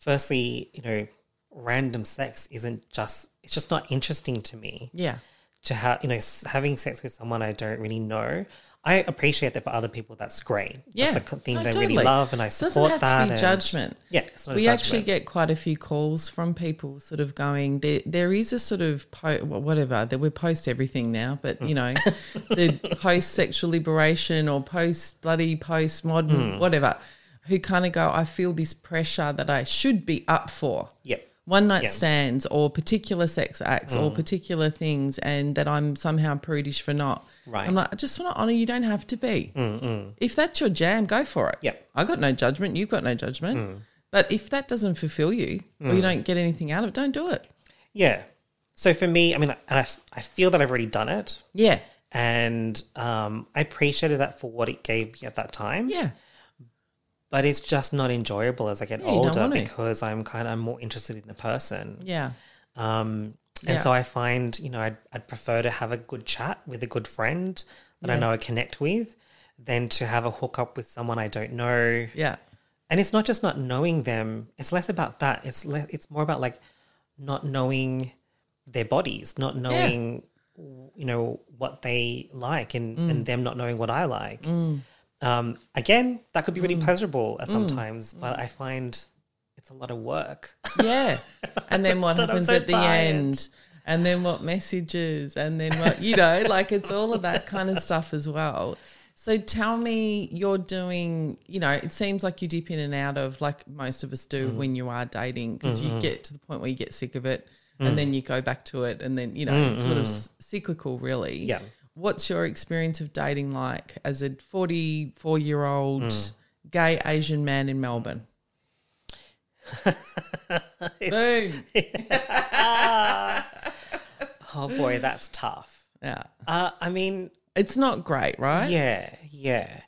S3: firstly, you know, random sex isn't just, it's just not interesting to me.
S1: yeah
S3: to have you know s- having sex with someone I don't really know. I appreciate that for other people. That's great.
S1: Yeah,
S3: That's a c- thing
S1: No,
S3: they
S1: totally.
S3: really love, and I support
S1: Doesn't have
S3: that.
S1: to be
S3: and-
S1: judgment.
S3: Yeah, it's not a
S1: we
S3: judgment.
S1: actually get quite a few calls from people sort of going there there is a sort of po- wha- whatever that we post everything now but you know
S3: Mm.
S1: the post sexual liberation or post bloody post modern
S3: Mm.
S1: whatever who kind of go i feel this pressure that i should be up for
S3: Yep.
S1: one night
S3: Yeah. Mm.
S1: stands or particular sex acts or particular things and that i'm somehow prudish for not
S3: Right.
S1: i'm like i just want to honor you don't have to be if that's your jam, go for it.
S3: Yep. Mm.
S1: I got no judgment. You've got no judgment. But if that doesn't fulfill you or you don't get anything out of it, don't do it.
S3: Yeah. So for me, I mean, I- and I, I feel that I've already done it,
S1: Yeah.
S3: and um, I appreciated that for what it gave me at that time.
S1: Yeah.
S3: But it's just not enjoyable as I get
S1: Yeah, you don't
S3: older
S1: want to.
S3: because I'm kind of I'm more interested in the person.
S1: Yeah.
S3: Um, and
S1: Yeah.
S3: so I find, you know, I'd, I'd prefer to have a good chat with a good friend that I know I connect with than to have a hookup with someone I don't know.
S1: Yeah.
S3: And it's not just not knowing them, it's less about that. It's less, it's more about like not knowing their bodies, not knowing, you know, what they like and, and them not knowing what I like. Um, again, that could be really pleasurable at sometimes, but I find it's a lot of work.
S1: Yeah. And then what
S3: Dad, I'm
S1: happens
S3: so
S1: at the
S3: tired.
S1: end? And then what messages? And then what, you know, like it's all of that kind of stuff as well. So tell me, you're doing, you know, it seems like you dip in and out of, like most of us
S3: Mm-hmm.
S1: do when you are dating, because you get to the point where you get sick of it
S3: Mm.
S1: and then you go back to it. And then, you know, it's sort of s- cyclical, really.
S3: Mm-hmm. Yeah.
S1: What's your experience of dating like as a 44 year old
S3: Mm.
S1: gay Asian man in Melbourne?
S3: It's-
S1: Boom.
S3: oh boy, that's tough.
S1: Yeah.
S3: Uh, I mean,
S1: It's not great, right?
S3: yeah, yeah.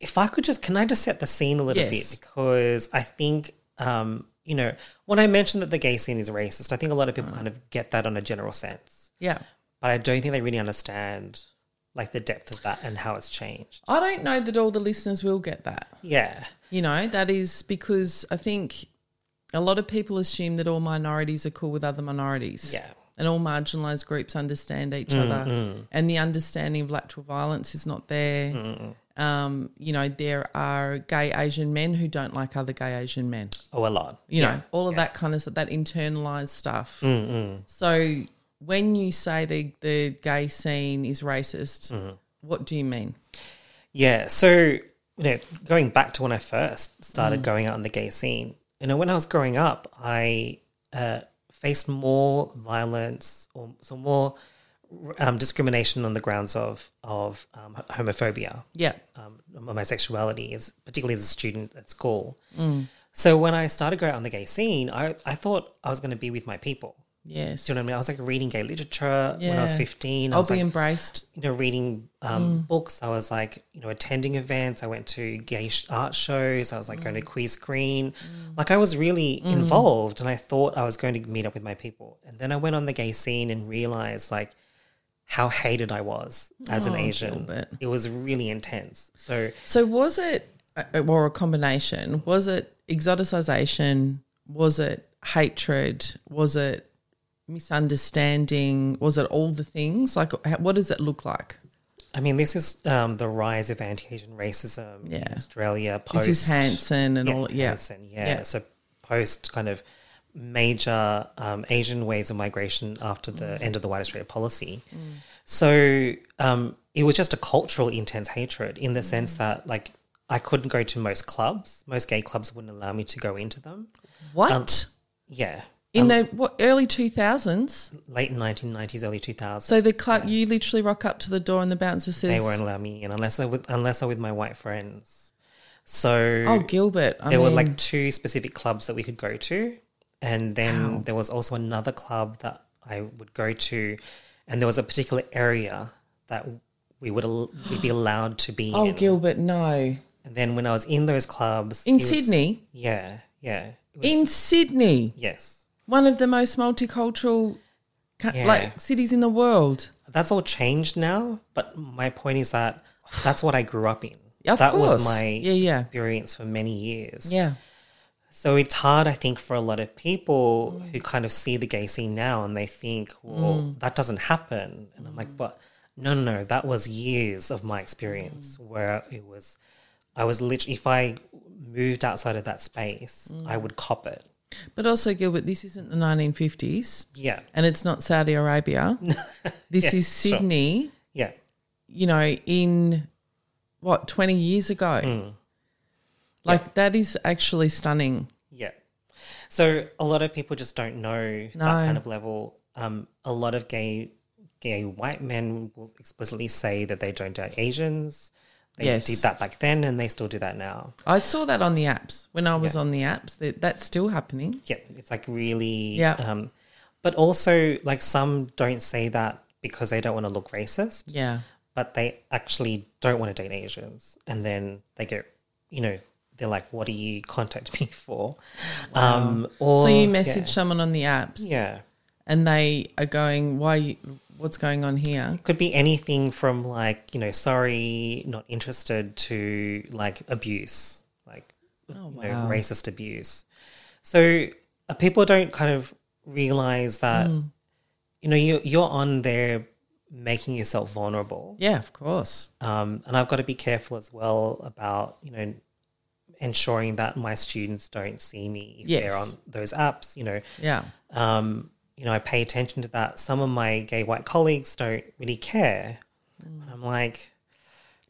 S3: If I could just, can I just set the scene a little
S1: Yes.
S3: bit? Because I think, um, you know, when I mentioned that the gay scene is racist, I think a lot of people kind of get that on a general sense,
S1: Yeah.
S3: but I don't think they really understand like the depth of that and how it's changed.
S1: I don't know that all the listeners will get that.
S3: Yeah,
S1: You know, that is because I think a lot of people assume that all minorities are cool with other minorities.
S3: Yeah. Mm-hmm.
S1: And all marginalized groups understand each other. And the understanding of lateral violence is not there.
S3: Mm-hmm.
S1: Um, you know, there are gay Asian men who don't like other gay Asian men.
S3: oh, a lot.
S1: you know, all of that kind of stuff, that internalized stuff. So when you say the, the gay scene is racist,
S3: Mm-hmm.
S1: what do you mean?
S3: Yeah. So, you know, going back to when I first
S1: Mm.
S3: started going out in the gay scene, you know, when I was growing up, I uh, faced more violence or so more um, discrimination on the grounds of of um, homophobia
S1: Yeah.
S3: um, my sexuality is particularly as a student at school.
S1: Mm.
S3: So when I started going out on the gay scene, I, I thought I was going to be with my people.
S1: Yes.
S3: Do you know what I mean? I was like reading gay literature when I was
S1: Yeah.
S3: 15. I
S1: I'll
S3: was
S1: be
S3: like,
S1: embraced.
S3: you know, reading um, books. I was like, you know, attending events. I went to gay sh- art shows. I was like going to queer screen. Like I was really involved, and I thought I was going to meet up with my people. And then I went on the gay scene and realized like how hated I was as an Asian.
S1: bit.
S3: It was really intense. So
S1: So was it, uh, or a combination, was it exoticization? Was it hatred? Was it misunderstanding? Was it all the things? Like, h- what does it look like?
S3: I mean, this is um, the rise of anti-Asian racism in
S1: Yeah.
S3: Australia. Post
S1: This is Hanson and
S3: yeah,
S1: all, yeah.
S3: Hansen, yeah.
S1: Yeah.
S3: So post kind of major um, Asian waves of migration after
S1: Mm.
S3: the end of the White Australia policy. So um, it was just a cultural intense hatred
S1: Mm.
S3: in the sense that like I couldn't go to most clubs. Most gay clubs wouldn't allow me to go into them.
S1: What?
S3: Um, Yeah.
S1: Um, In the what, early 2000s?
S3: Late 1990s, early 2000s.
S1: So the club, you literally rock up to the door and the bouncer says,
S3: they won't allow me in unless I with unless I'm with my white friends. So
S1: "Oh, Gilbert." I
S3: there were
S1: mean,
S3: like two specific clubs that we could go to, and then there was also another club that I would go to, and there was a particular area that we would al- we'd be allowed to be
S1: "Oh,
S3: in.
S1: Gilbert, no."
S3: And then when I was in those clubs
S1: In
S3: it was-
S1: Sydney,
S3: yeah, yeah, it was-
S1: in Sydney,
S3: yes.
S1: one of the most multicultural ca-
S3: Yeah.
S1: like cities in the world.
S3: that's all changed now. But my point is that that's what I grew up in.
S1: Of
S3: that
S1: course.
S3: was my
S1: Yeah, yeah.
S3: experience for many years.
S1: Yeah,
S3: So it's hard, I think, for a lot of people
S1: Mm.
S3: who kind of see the gay scene now and they think, well, that doesn't happen. And I'm like, but No, no, no. That was years of my experience
S1: Mm.
S3: where it was, I was literally, if I moved outside of that space,
S1: Mm.
S3: I would cop it.
S1: But also, Gilbert, this isn't the 1950s
S3: Yeah.
S1: and it's not Saudi Arabia. this is
S3: sure.
S1: Sydney,
S3: Yeah.
S1: you know, in what, 20 years ago.
S3: Hmm.
S1: Like, that is actually stunning.
S3: Yeah. So a lot of people just don't know
S1: No.
S3: that kind of level. Um, a lot of gay gay white men will explicitly say that they don't date Asians. They
S1: Yes.
S3: did that back then and they still do that now.
S1: I saw that on the apps when I was on the apps. That, that's still happening.
S3: Yeah. It's like really
S1: Yeah.
S3: um but also like some don't say that because they don't want to look racist,
S1: Yeah.
S3: but they actually don't want to date Asians. And then they get you know, they're like, What do you contact me for? Um or
S1: So you message
S3: message
S1: someone on the apps
S3: yeah.
S1: and they are going, why, you- what's going on here?
S3: could be anything from like you know sorry not interested to like abuse like you know, racist abuse so uh, people don't kind of realize that you know you, you're on there making yourself vulnerable
S1: Yeah, of course.
S3: um, and i've got to be careful as well about you know ensuring that my students don't see me if
S1: Yes.
S3: they're on those apps you know
S1: Yeah.
S3: um, you know, I pay attention to that. Some of my gay white colleagues don't really care. And I'm like,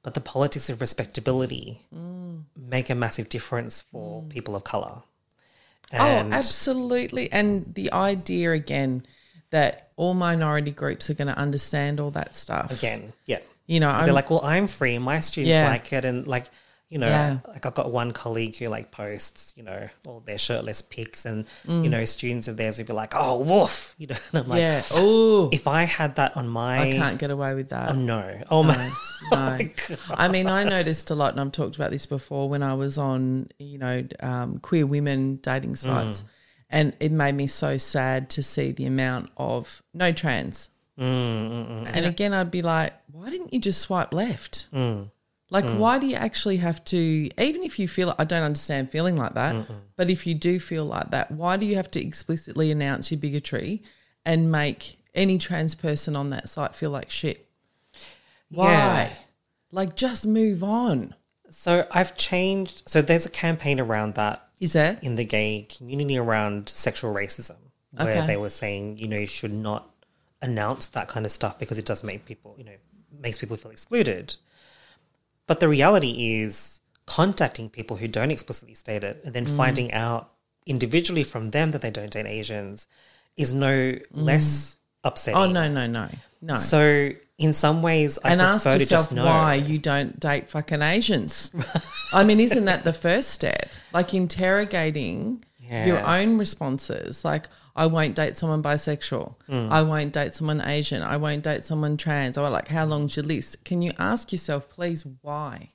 S3: but the politics of respectability
S1: Mm.
S3: make a massive difference for people of color. And
S1: oh, absolutely. And the idea again that all minority groups are going to understand all that stuff.
S3: again, yeah.
S1: You know,
S3: 'Cause
S1: I'm,
S3: they're like, well, I'm free. My students
S1: Yeah.
S3: like it. And like, you know,
S1: Yeah.
S3: like I've got one colleague who like posts, you know, all their shirtless pics and,
S1: Mm.
S3: you know, students of theirs would be like, oh, woof, you know, and I'm like,
S1: yeah. Oh,
S3: if I had that on my,
S1: I can't get away with that.
S3: no, oh my,
S1: no. I mean, I noticed a lot, and I've talked about this before when I was on, you know, um, queer women dating sites,
S3: Mm.
S1: and it made me so sad to see the amount of no trans. and again, I'd be like, why didn't you just swipe left?
S3: Mm.
S1: Like, why do you actually have to, even if you feel, I don't understand feeling like that, but if you do feel like that, why do you have to explicitly announce your bigotry and make any trans person on that site feel like shit? Why?
S3: Yeah.
S1: Like, just move on.
S3: So I've changed. So there's a campaign around that
S1: Is there?
S3: in the gay community around sexual racism, where
S1: Okay.
S3: they were saying, you know, you should not announce that kind of stuff because it does make people, you know, makes people feel excluded. But the reality is contacting people who don't explicitly state it and
S1: Mm.
S3: then finding out individually from them that they don't date Asians is no less upsetting.
S1: Mm. Oh, no, no, no, no.
S3: So in some ways, I
S1: and ask
S3: prefer to
S1: yourself
S3: just know.
S1: why you don't date fucking Asians. I mean, isn't that the first step? Like interrogating your
S3: Yeah.
S1: own responses. Like, I won't date someone bisexual.
S3: Hmm.
S1: I won't date someone Asian. I won't date someone trans. Or like, how long's your list? Can you ask yourself, please, why?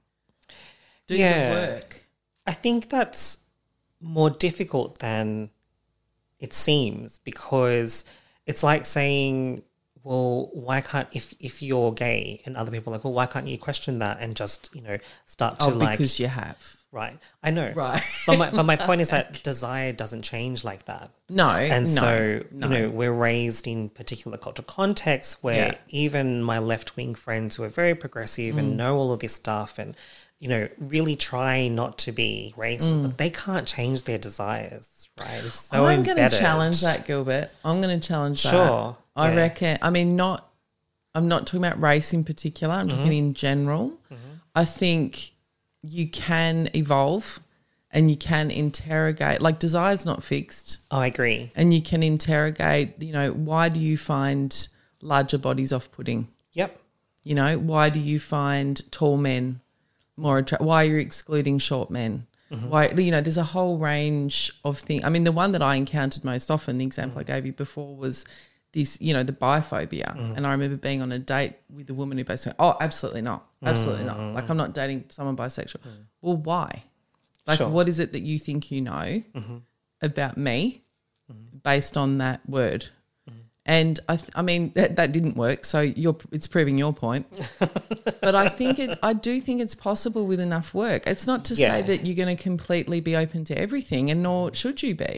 S1: Do
S3: Yeah.
S1: the work.
S3: I think that's more difficult than it seems because it's like saying, well, why can't if if you're gay and other people are like, well, why can't you question that and just you know start to
S1: Oh,
S3: like
S1: because you have.
S3: right? I know,
S1: Right.
S3: But my but my point is that desire doesn't change like that.
S1: No.
S3: And
S1: Eh, no,
S3: so,
S1: no.
S3: you know, we're raised in particular cultural contexts where
S1: Yeah. Mm.
S3: even my left wing friends who are very progressive and know all of this stuff and, you know, really try not to be racist, but they can't change their desires, right? It's so
S1: Mm. Oh, I'm going to
S3: Oh, embedded.
S1: challenge that, Gilbert. I'm going to challenge that.
S3: Sure,
S1: I
S3: yeah.
S1: reckon. I mean, not. I'm not talking about race in particular. I'm
S3: Mm-hmm.
S1: talking in general. I think you can evolve, and you can interrogate. Like desire's not fixed,
S3: Oh, I agree.
S1: and you can interrogate. You know, why do you find larger bodies off-putting?
S3: Yep.
S1: You know, why do you find tall men more attractive? Why are you excluding short men? Why, you know, there's a whole range of things. I mean, the one that I encountered most often, the example I gave you before was this, you know, the biphobia. And I remember being on a date with a woman who basically, oh, absolutely not. Absolutely not. Like, I'm not dating someone bisexual. Well, why? Like,
S3: Sure. Mm-hmm.
S1: what is it that you think you know about me based on that word?
S3: Mm-hmm.
S1: And I, th- I mean, that, that didn't work. So you're, it's proving your point. but I think it, I do think it's possible with enough work. It's not to
S3: Yeah.
S1: say that you're going to completely be open to everything, and nor should you be.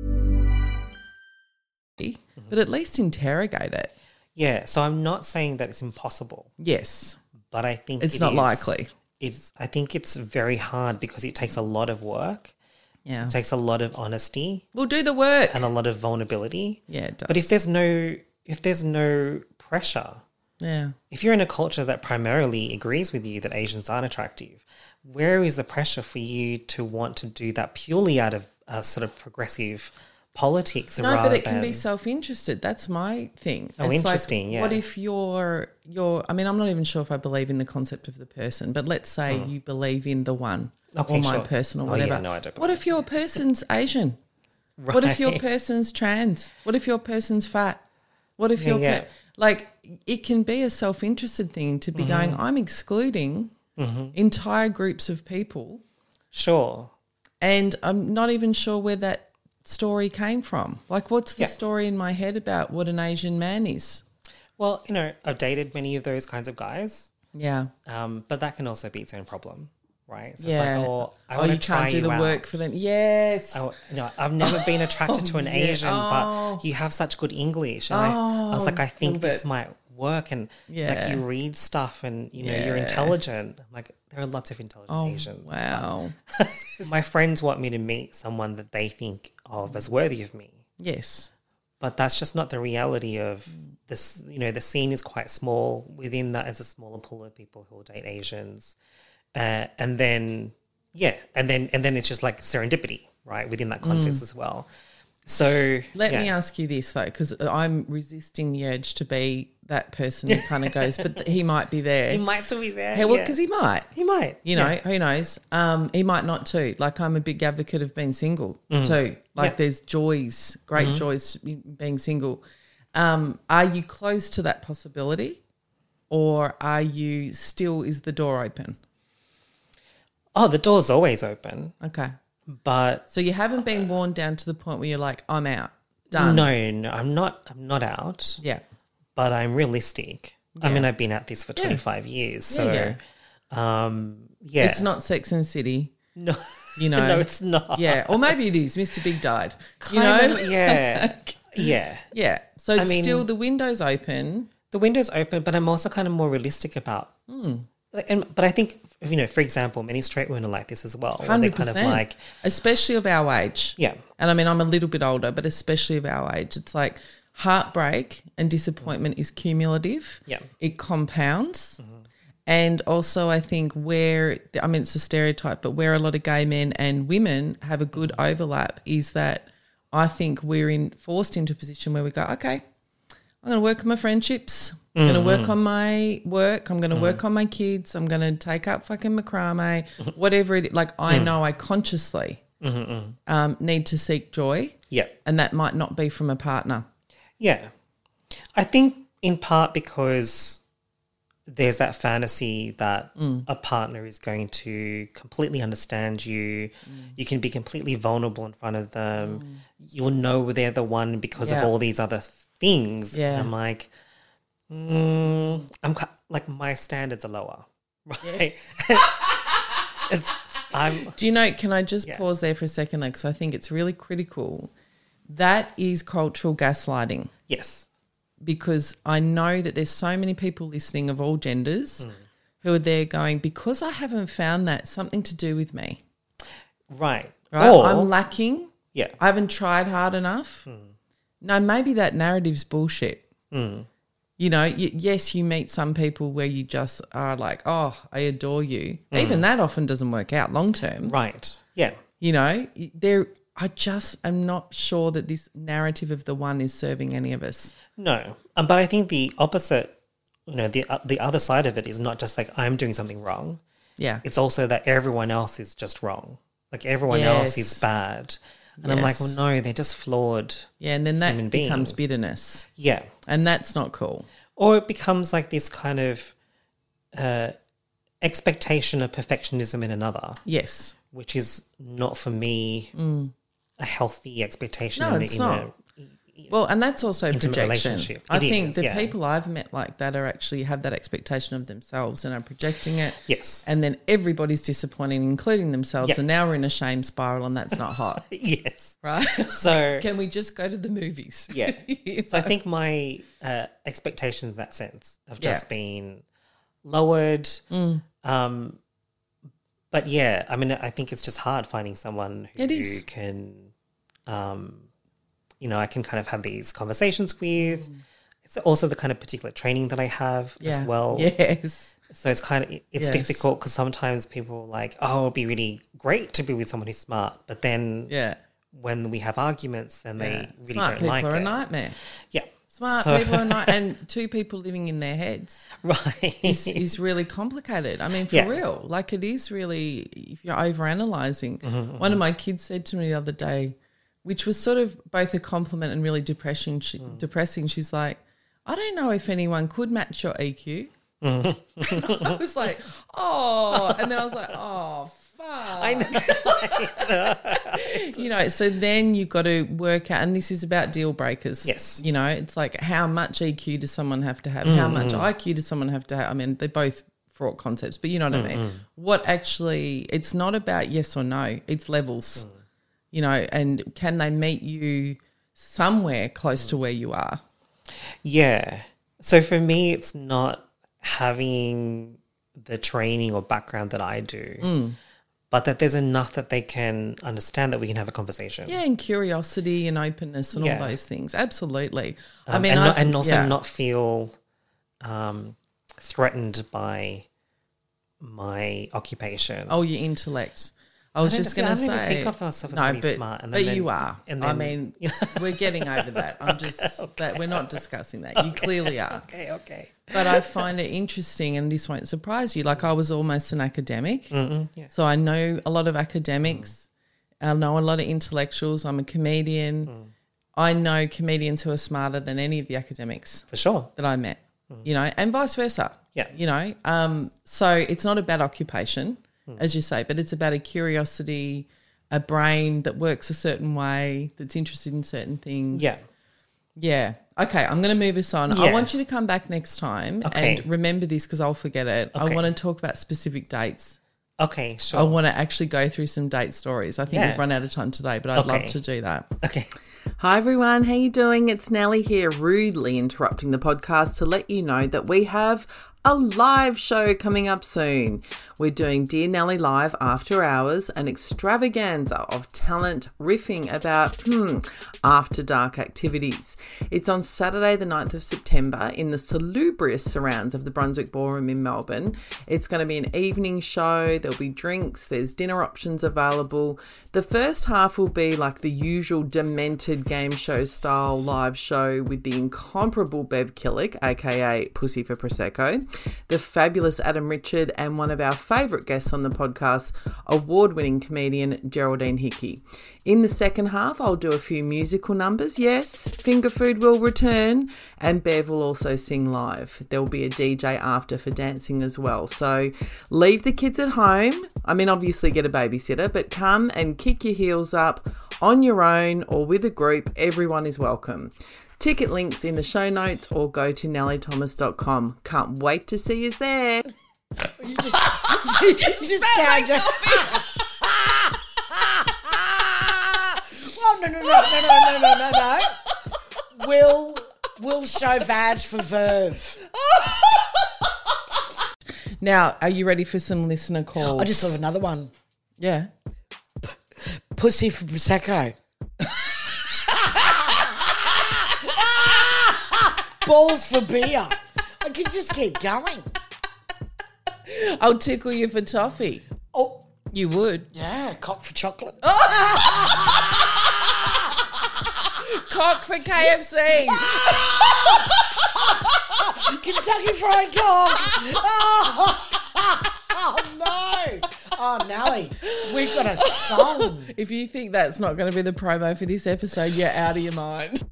S3: Mm-hmm.
S1: But at least interrogate it.
S3: Yeah, so I'm not saying that it's impossible,
S1: Yes.
S3: but I think
S1: It's
S3: Mm, it
S1: not
S3: is-
S1: likely.
S3: It's I think it's very hard because it takes a lot of work.
S1: Yeah.
S3: It takes a lot of honesty
S1: We'll do the work.
S3: and a lot of vulnerability.
S1: Yeah, it does.
S3: Um, But if there's no if there's no pressure,
S1: yeah.
S3: if you're in a culture that primarily agrees with you that Asians aren't attractive, where is the pressure for you to want to do that purely out of uh, sort of progressive politics?
S1: No, but
S3: rather
S1: it can be
S3: than-
S1: self-interested. That's my thing.
S3: Oh, interesting, yeah.
S1: What if you're you're? I mean, I'm not even sure if I believe in the concept of the person, but let's say you believe in the one
S3: Hmm. Okay,
S1: or my
S3: sure.
S1: person or
S3: Oh, yeah,
S1: whatever.
S3: no, I don't
S1: what
S3: believe
S1: if your person's Asian? What if your
S3: Right.
S1: person's trans? What if your person's fat? What if
S3: Yeah,
S1: your
S3: yeah.
S1: per- like it can be a self-interested thing to be
S3: Mm-hmm.
S1: going. I'm excluding entire groups of people,
S3: sure?
S1: and I'm not even sure where that story came from. Like, what's the
S3: Yeah.
S1: story in my head about what an Asian man is?
S3: Well, you know, I've dated many of those kinds of guys,
S1: Yeah.
S3: um, but that can also be its own problem, right? So
S1: yeah.
S3: it's like, oh, I
S1: oh,
S3: want
S1: you
S3: to try
S1: can't do
S3: you
S1: the
S3: out. Oh,
S1: work for them. Yes.
S3: I w- you know, I've never been attracted to an Asian,
S1: Oh.
S3: but you have such good English. And I, I was like, I think
S1: little
S3: this
S1: bit.
S3: might work. And
S1: Yeah.
S3: like you read stuff and you know, you're
S1: Yeah. Oh,
S3: intelligent. I'm like, there are lots of intelligent Asians.
S1: wow.
S3: My friends want me to meet someone that they think of as worthy of me.
S1: Yes.
S3: But that's just not the reality of this. You know, the scene is quite small. Within that is a smaller pool of people who will date Asians. Uh, and then, yeah, and then, and then it's just like serendipity, right? Within that context as well. So
S1: Mm. Let
S3: yeah.
S1: me ask you this though, because I'm resisting the urge to be that person who kind of goes, but th- he might be there.
S3: He might still be there.
S1: Hey, well,
S3: yeah.
S1: because he might.
S3: he might.
S1: You know, who knows? Um, he might not too. Like I'm a big advocate of being single too. Like
S3: Mm-hmm. Yeah. Mm-hmm.
S1: there's joys, great joys in being single. Um, are you close to that possibility, or are you still? Is the door open?
S3: Oh, the door's always open,
S1: Okay,
S3: but
S1: so you haven't been worn down to the point where you're like, I'm out, done.
S3: no, no, I'm not. I'm not out,
S1: Yeah.
S3: but I'm realistic. I mean, I've been at this for 25 years, so
S1: Yeah,
S3: um, yeah,
S1: it's not Sex and the City.
S3: No,
S1: You know,
S3: no, it's not.
S1: yeah, or maybe it is. Mr. Big died. You
S3: Kind
S1: know,
S3: of, yeah, yeah.
S1: yeah. So
S3: I
S1: it's
S3: mean-
S1: still the window's open.
S3: The window's open, but I'm also kind of more realistic about.
S1: Hmm.
S3: Like, And, but I think you know, for example, many straight women are like this as well. where They're
S1: Hundred
S3: kind of
S1: percent,
S3: like,
S1: especially of our age.
S3: yeah,
S1: and I mean I'm a little bit older, but especially of our age, it's like heartbreak and disappointment is cumulative.
S3: Yeah.
S1: it compounds, and also I think where I mean it's a stereotype, but where a lot of gay men and women have a good overlap is that I think we're in forced into a position where we go, okay, I'm going to work on my friendships. I'm going to work on my work. I'm going to work on my kids. I'm going to take up fucking macrame, whatever it. Like I know I consciously um, need to seek joy,
S3: yeah.
S1: and that might not be from a partner.
S3: Yeah. I think in part because there's that fantasy that
S1: Mm.
S3: a partner is going to completely understand you.
S1: Mm.
S3: You can be completely vulnerable in front of them. You'll know they're the one because
S1: Yeah.
S3: of all these other things.
S1: Yeah.
S3: I'm like, mm, I'm ki- like, my standards are lower, right? it's, I'm,
S1: Do you know? Can I just
S3: Yeah.
S1: pause there for a second, though, because I think it's really critical. That is cultural gaslighting.
S3: yes.
S1: because I know that there's so many people listening of all
S3: Hmm.
S1: genders who are there going, because I haven't found that, something to do with me.
S3: Right.
S1: Right?
S3: Or,
S1: I'm lacking.
S3: yeah.
S1: I haven't tried hard enough.
S3: Hmm.
S1: No, maybe that narrative's bullshit. You know, y- yes, you meet some people where you just are like, oh, I adore you. Even that often doesn't work out long term.
S3: Hmm. Right. Yeah.
S1: You know, Y- there. I just am not sure that this narrative of the one is serving any of us.
S3: No, um, but I think the opposite, you know, the uh, the other side of it is not just like I'm doing something wrong.
S1: Yeah.
S3: It's also that everyone else is just wrong. Like everyone else
S1: Yes.
S3: is bad. And I'm like, well,
S1: Yes.
S3: no, they're just flawed.
S1: Yeah, and then that
S3: Human
S1: becomes
S3: beings.
S1: bitterness.
S3: Yeah.
S1: And that's not cool.
S3: Or it becomes like this kind of uh, expectation of perfectionism in another,
S1: Yes.
S3: which is not for me a healthy expectation.
S1: Mm. No,
S3: in,
S1: it's
S3: in
S1: not. Well, and that's also
S3: Intimate
S1: projection.
S3: relationship.
S1: I
S3: It
S1: think
S3: is,
S1: the
S3: yeah.
S1: people I've met like that are actually have that expectation of themselves and are projecting it.
S3: Yes.
S1: And then everybody's disappointed, including themselves.
S3: Yeah.
S1: And now we're in a shame spiral, and that's not hot,
S3: yes.
S1: right?
S3: So
S1: Can we just go to the movies?
S3: Yeah.
S1: You
S3: So I
S1: know?
S3: think my uh, expectations in that sense have
S1: Yeah. Mm.
S3: just been lowered. Um, but yeah, I mean, I think it's just hard finding someone who
S1: It is.
S3: can, um, you know, I can kind of have these conversations with. It's also the kind of particular training that I have as
S1: Mm. Yeah.
S3: well.
S1: Yes.
S3: So it's kind of it's
S1: Yes.
S3: difficult because sometimes people are like, oh, it'd be really great to be with someone who's smart, but then
S1: Yeah.
S3: when we have arguments, then
S1: yeah.
S3: they really
S1: Smart
S3: don't
S1: people
S3: like
S1: are
S3: it.
S1: a nightmare.
S3: Yeah,
S1: Smart
S3: So-
S1: people are not, and two people living in their heads
S3: Right.
S1: is, is really complicated. I mean, for
S3: Yeah.
S1: real, like it is really, if you're overanalyzing. One of my kids said to me the other day, which was sort of both a compliment and really depression, she, depressing. She's like, I don't know if anyone could match your E EQ. And I was like, oh, and then I was like, oh, fuck. I know you know, so then you've got to work out, and this is about deal breakers.
S3: Yes.
S1: You know, it's like how much EQ does someone have to have? How much IQ does someone have to have? I mean, they're both fraught concepts, but you know what I mean? What actually, it's not about yes or no, it's levels, you know, and can they meet you somewhere close to where you are?
S3: Yeah. So for me, it's not having the training or background that I do, but that there's enough that they can understand that we can have a conversation.
S1: Yeah, and curiosity and openness and
S3: Yeah.
S1: all those things. Absolutely.
S3: Um, and, not-
S1: I've-
S3: and also
S1: yeah.
S3: not feel um, threatened by my occupation.
S1: Oh, your intellect. I was
S3: don't-
S1: just
S3: see,
S1: going
S3: I
S1: to
S3: don't even
S1: say,
S3: think of myself as really
S1: but,
S3: smart, and
S1: but
S3: then-
S1: you are.
S3: and
S1: I
S3: then-
S1: mean, we're getting over that. I'm just that we're not discussing that. You clearly are.
S3: Okay, okay.
S1: But I find it interesting, and this won't surprise you. Like I was almost an academic,
S3: Mm-hmm.
S1: so I know a lot of academics.
S3: Mm.
S1: I know a lot of intellectuals. I'm a comedian. I know comedians who are smarter than any of the academics
S3: For sure.
S1: that I met, you know, and vice versa.
S3: Mm. Yeah.
S1: You know, um, so it's not about occupation,
S3: Mm.
S1: as you say, but it's about a curiosity, a brain that works a certain way, that's interested in certain things.
S3: Yeah.
S1: Yeah. Okay, I'm going to move us on. I
S3: Yeah.
S1: want you to come back next time
S3: Okay.
S1: and remember this because I'll forget it. I
S3: Okay.
S1: want to talk about specific dates.
S3: Okay, sure.
S1: I want to actually go through some date stories. I think
S3: Yeah.
S1: we've run out of time today, but I'd love
S3: Okay.
S1: to do that.
S3: okay.
S1: Hi everyone, how you doing? It's Nellie here, rudely interrupting the podcast to let you know that we have a live show coming up soon. We're doing Dear Nellie Live After Hours, an extravaganza of talent riffing about hmm, after dark activities. It's on Saturday, the 9th of September, in the salubrious surrounds of the Brunswick Ballroom in Melbourne. It's going to be an evening show, there'll be drinks, there's dinner options available. The first half will be like the usual demented game show style live show with the incomparable Bev Killick, aka Pussy for Prosecco, the fabulous Adam Richard, and one of our favourite guests on the podcast, award winning comedian Geraldine Hickey. In the second half, I'll do a few musical numbers. Yes, Finger Food will return, and Bev will also sing live. There will be a DJ after for dancing as well. So leave the kids at home. I mean, obviously, get a babysitter, but come and kick your heels up on your own or with a group. Everyone is welcome. Ticket links in the show notes or go to nellythomas.com. Can't wait to see you there.
S4: You just gagged up. well, no, no, no, no, no, no, no, no, no. Will will show vag for Verve.
S1: Now, are you ready for some listener calls?
S4: I just thought of another one.
S1: Yeah.
S4: Pussy for prosecco. Balls for beer. I could just keep going.
S1: I'll tickle you for toffee.
S4: Oh,
S1: You would.
S4: yeah, cock for chocolate.
S1: Cock for KFC.
S4: Kentucky Fried Cock. Oh, oh, no. Oh, Nelly, We've got a song.
S1: If you think that's not going to be the promo for this episode, you're out of your mind.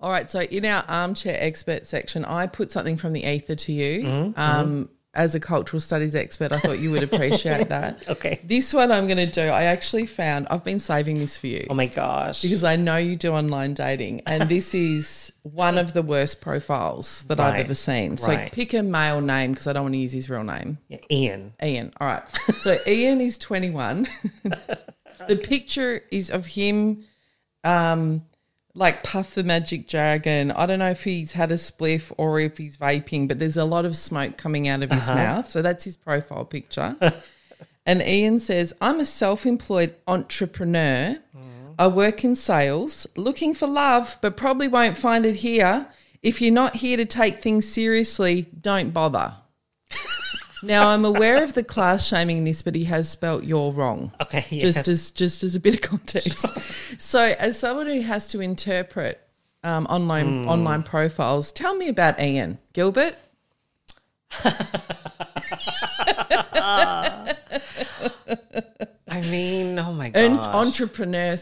S1: All right, so in our armchair expert section, I put something from the ether to you. Um, As a cultural studies expert, I thought you would appreciate that.
S3: Okay.
S1: This one I'm going to do, I actually found, I've been saving this for you
S3: Oh my gosh.
S1: because I know you do online dating, and this is one of the worst profiles that I've
S3: Right,
S1: ever seen. So
S3: right.
S1: pick a male name because I don't want to use his real name.
S3: Yeah, Ian.
S1: Ian. All right. So Ian is 21. the picture is of him, um, like puff the magic dragon. I don't know if he's had a spliff or if he's vaping, but there's a lot of smoke coming out of his
S3: Uh-huh.
S1: mouth. So that's his profile picture. and Ian says, "I'm a self-employed entrepreneur.
S3: Mm.
S1: I work in sales, looking for love, but probably won't find it here. If you're not here to take things seriously, don't bother." Now I'm aware of the class shaming in this, but he has spelt you're wrong.
S3: Okay. Yes.
S1: Just as just as a bit of context. so as someone who has to interpret um,
S3: Hmm.
S1: online online profiles, tell me about Ian Gilbert.
S3: I mean, oh my
S1: An
S3: gosh.
S1: entrepreneur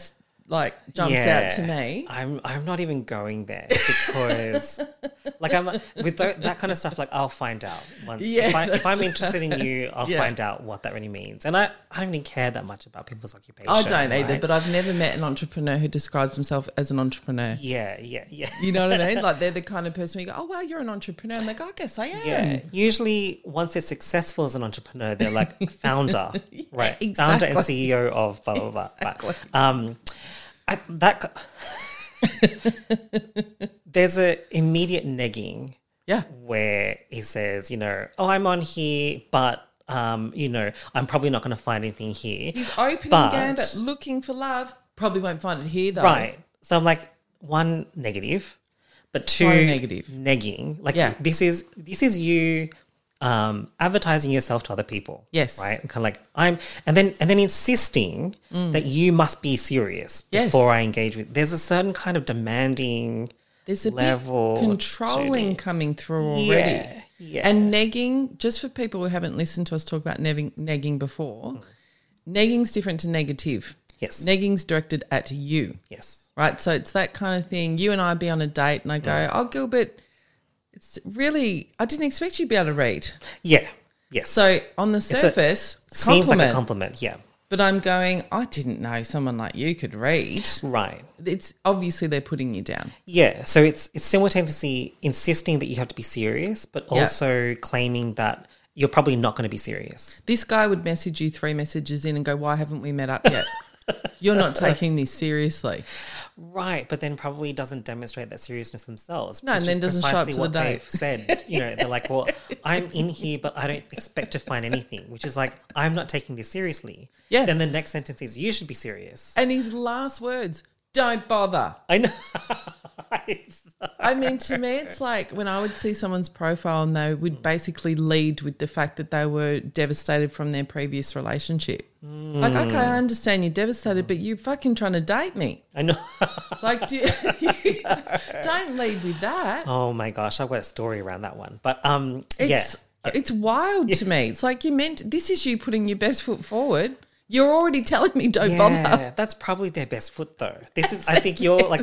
S1: like jumps out to me.
S3: I'm I'm not even going there because like I'm with tho- that kind of stuff like I'll find out once
S1: Yeah,
S3: if, I, if
S1: that's
S3: I'm interested in you I'll
S1: Yeah.
S3: find out what that really means and I I don't even care that much about people's occupation
S1: I don't either,
S3: right?
S1: but I've never met an entrepreneur who describes himself as an entrepreneur.
S3: yeah yeah yeah
S1: You know what I mean? Like they're the kind of person where you go, "Oh wow, you're an entrepreneur." I'm like, "I guess I am."
S3: yeah usually once they're successful as an entrepreneur they're like founder right founder and
S1: exactly.
S3: CEO of blah blah blah but, um I, that there's a immediate negging
S1: Yeah.
S3: where he says, you know, oh, I'm on here, but um, you know, I'm probably not going to find anything here.
S1: He's opening
S3: But-
S1: Gambit, looking for love. Probably won't find it here though.
S3: right? So I'm like, one negative, but
S1: So
S3: two
S1: negative.
S3: negging. Like
S1: Yeah.
S3: this is this is you um advertising yourself to other people.
S1: Yes.
S3: Right? Kind of like I'm and then and then insisting that you must be serious
S1: Mm. Yes.
S3: before I engage with. There's a certain kind of demanding
S1: There's a
S3: level
S1: bit
S3: to
S1: controlling
S3: it.
S1: coming through already.
S3: Yeah, yeah.
S1: And negging, just for people who haven't listened to us talk about neving, negging before, negging's different to negative.
S3: Yes.
S1: Negging's directed at you,
S3: yes.
S1: right? So it's that kind of thing. You and I be on a date and I go, oh, Gilbert, it's really, I didn't expect you to be able to read.
S3: Yeah. Yes.
S1: So on the
S3: a-
S1: surface, it's
S3: seems like a
S1: compliment.
S3: compliment. Yeah.
S1: But I'm going, I didn't know someone like you could read.
S3: Right.
S1: It's obviously they're putting you down.
S3: Yeah. So it's it's simultaneously insisting that you have to be serious, but
S1: Yeah.
S3: also claiming that you're probably not going to be serious.
S1: This guy would message you three messages in and go, Why haven't we met up yet? You're not taking this seriously.
S3: Right. But then probably doesn't demonstrate that seriousness themselves.
S1: No, and
S3: which
S1: then
S3: is
S1: doesn't show up
S3: precisely
S1: to the
S3: what
S1: date.
S3: they've said. You know, they're like, "Well, I'm in here, but I don't expect to find anything," which is like, "I'm not taking this seriously."
S1: Yeah.
S3: Then the next sentence is, "You should be serious."
S1: And his last words, don't bother.
S3: I know.
S1: I mean, to me, it's like when I would see someone's profile and they would basically lead with the fact that they were devastated from their previous relationship. Like, okay, I understand you're devastated, but you're fucking trying to date me.
S3: I know.
S1: Like, do, don't lead with that.
S3: oh my gosh, I've got a story around that one, but um, yeah.
S1: It's it's wild to me. It's like you meant this is you putting your best foot forward. You're already telling me don't bother.
S3: that's probably their best foot though. This is, I think you're like,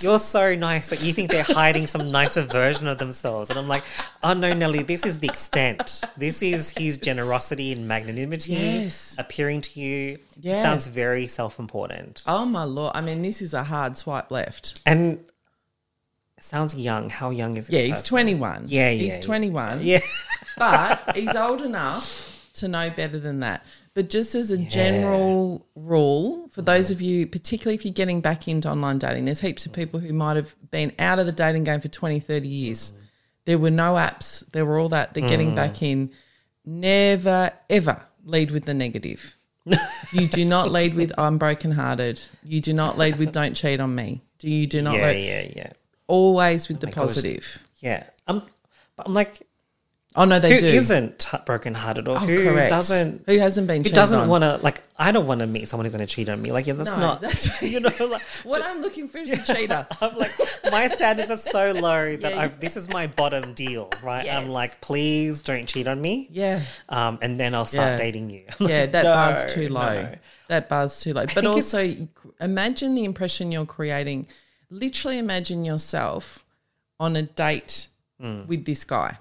S3: you're so nice that you think they're hiding some nicer version of themselves. And I'm like, oh no, Nelly, this is the extent. This is his generosity and magnanimity
S1: Yes.
S3: appearing to you.
S1: Yeah.
S3: Sounds very self important.
S1: Oh my lord! I mean, this is a hard swipe left.
S3: And sounds young. How young is this
S1: Yeah, he's
S3: person?
S1: 21.
S3: Yeah, yeah.
S1: he's
S3: yeah.
S1: 21.
S3: Yeah.
S1: but he's old enough to know better than that. But just as a general rule, for those of you, particularly if you're getting back into online dating, there's heaps of people who might have been out of the dating game for 20, 30 years. There were no apps, there were all that. They're getting back
S3: Mm.
S1: in. Never, ever lead with the negative. you do not lead with, I'm brokenhearted. You do not lead with, don't cheat on me. Do you do not
S3: Yeah,
S1: lead?
S3: yeah, yeah.
S1: Always with the
S3: my gosh.
S1: positive.
S3: Yeah. I'm, but I'm like,
S1: Oh no, they
S3: Who
S1: do.
S3: isn't t- brokenhearted or
S1: Oh,
S3: who
S1: correct.
S3: doesn't
S1: Who hasn't been
S3: who
S1: cheated
S3: doesn't
S1: on.
S3: want to like I don't want to meet someone who's going to cheat on me like yeah that's
S1: No,
S3: not
S1: that's-
S3: you know like
S1: What I'm looking for is a cheater.
S3: I'm like my standards are so low that
S1: Yeah,
S3: I this is my bottom deal right I'm
S1: Yes.
S3: like please don't cheat on me
S1: Yeah.
S3: um and then I'll start
S1: Yeah.
S3: dating you
S1: Yeah, that bar's too
S3: no.
S1: low. That bar's too low. But
S3: think it's-
S1: also, imagine the impression you're creating. Literally, imagine yourself on a date
S3: Hmm.
S1: with this guy.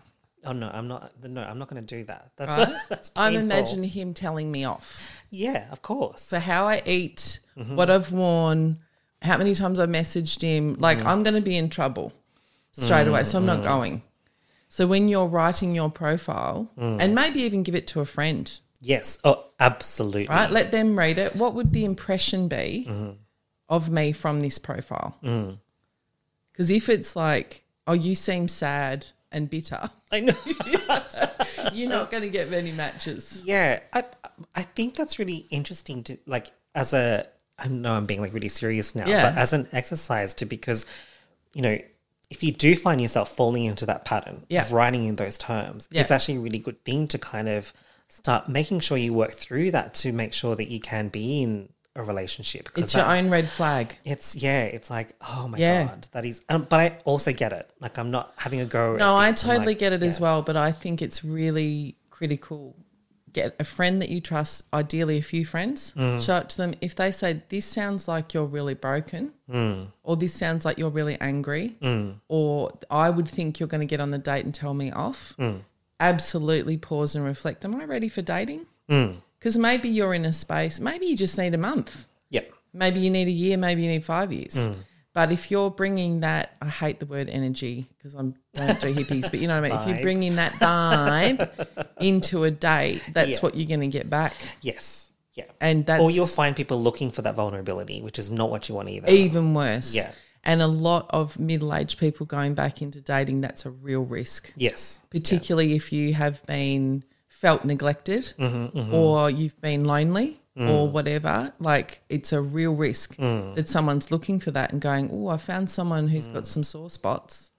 S3: oh no I'm not no I'm not going to do that that's
S1: Right?
S3: that's painful.
S1: I'm imagining him telling me off
S3: yeah of course
S1: for how I eat, what I've worn, how many times I messaged him. Like, I'm going to be in trouble straight away. So I'm not going. So when you're writing your profile, and maybe even give it to a friend.
S3: yes oh absolutely
S1: right? Let them read it. What would the impression be of me from this profile? Because if it's like, oh, you seem sad and bitter,
S3: I know.
S1: you're not going to get many matches.
S3: Yeah, I I think that's really interesting to like as a I know I'm being like really serious now,
S1: Yeah.
S3: but as an exercise to because you know if you do find yourself falling into that pattern
S1: Yeah.
S3: of writing in those terms,
S1: Yeah.
S3: it's actually a really good thing to kind of start making sure you work through that to make sure that you can be in a relationship. 'cause
S1: It's your
S3: that-
S1: own red flag.
S3: It's yeah. It's like oh my
S1: Yeah.
S3: god, that is. Um, but I also get it. Like I'm not having a go. at
S1: No, I
S3: this. I'm like,
S1: totally get it as
S3: yeah.
S1: well, but I think it's really critical. Get a friend that you trust, ideally a few friends.
S3: Mm.
S1: Show it to them. If they say, This sounds like you're really broken,
S3: Mm.
S1: or this sounds like you're really angry, or I would think you're going to get on the date and tell me off,
S3: Mm.
S1: absolutely pause and reflect. Am I ready for dating?
S3: Mm.
S1: Because maybe you're in a space, maybe you just need a month.
S3: Yeah.
S1: Maybe you need a year, maybe you need five years.
S3: Mm.
S1: But if you're bringing that, I hate the word energy because I'm don't do hippies, but you know what I mean. If
S3: Vibe.
S1: you're bringing that vibe into a date, that's
S3: Yeah.
S1: what you're going to get back,
S3: Yes. Yeah.
S1: and that's
S3: or you'll find people looking for that vulnerability, which is not what you want either.
S1: even worse.
S3: Yeah.
S1: And a lot of middle-aged people going back into dating, that's a real risk,
S3: Yes.
S1: particularly if you have been felt neglected or you've been lonely. Or whatever, like it's a real risk that someone's looking for that and going, Oh, I found someone who's got some sore spots.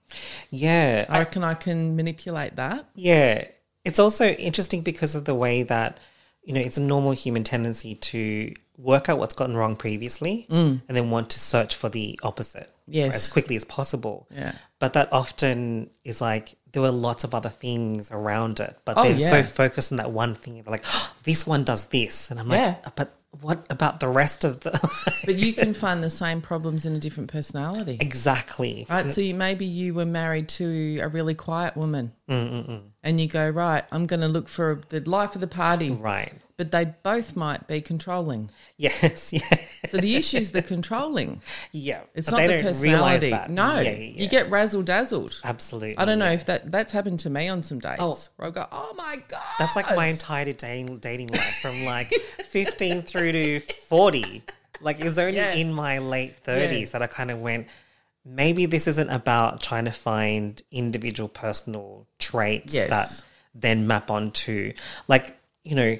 S3: Yeah.
S1: I reckon I can manipulate that.
S3: yeah. It's also interesting because of the way that, you know, it's a normal human tendency to work out what's gotten wrong previously and then want to search for the opposite
S1: Mm. Yes.
S3: as quickly as possible.
S1: Yeah.
S3: But that often is like there were lots of other things around it, but
S1: Oh,
S3: they're so
S1: yeah.
S3: focused on that one thing. They're like, this one does this. And I'm
S1: Yeah.
S3: like, "Uh, but what about the rest of the.
S1: But you can find the same problems in a different personality.
S3: exactly.
S1: Right. So you maybe you were married to a really quiet woman and you go, right, I'm going to look for the life of the party.
S3: Right.
S1: But they both might be controlling.
S3: Yes. Yeah.
S1: So the issue is the controlling.
S3: yeah.
S1: It's
S3: But
S1: not
S3: they
S1: the
S3: don't realize
S1: personality.
S3: that.
S1: No.
S3: Yeah, yeah, yeah.
S1: You get razzle dazzled.
S3: absolutely.
S1: I don't know if that that's happened to me on some dates
S3: Oh.
S1: where I go, oh my God.
S3: That's like my entire dating dating life from like 15 through to 40. Like it's only
S1: Yeah.
S3: in my late 30s that I kind of went maybe this isn't about trying to find individual personal traits
S1: Yes.
S3: that then map onto like you know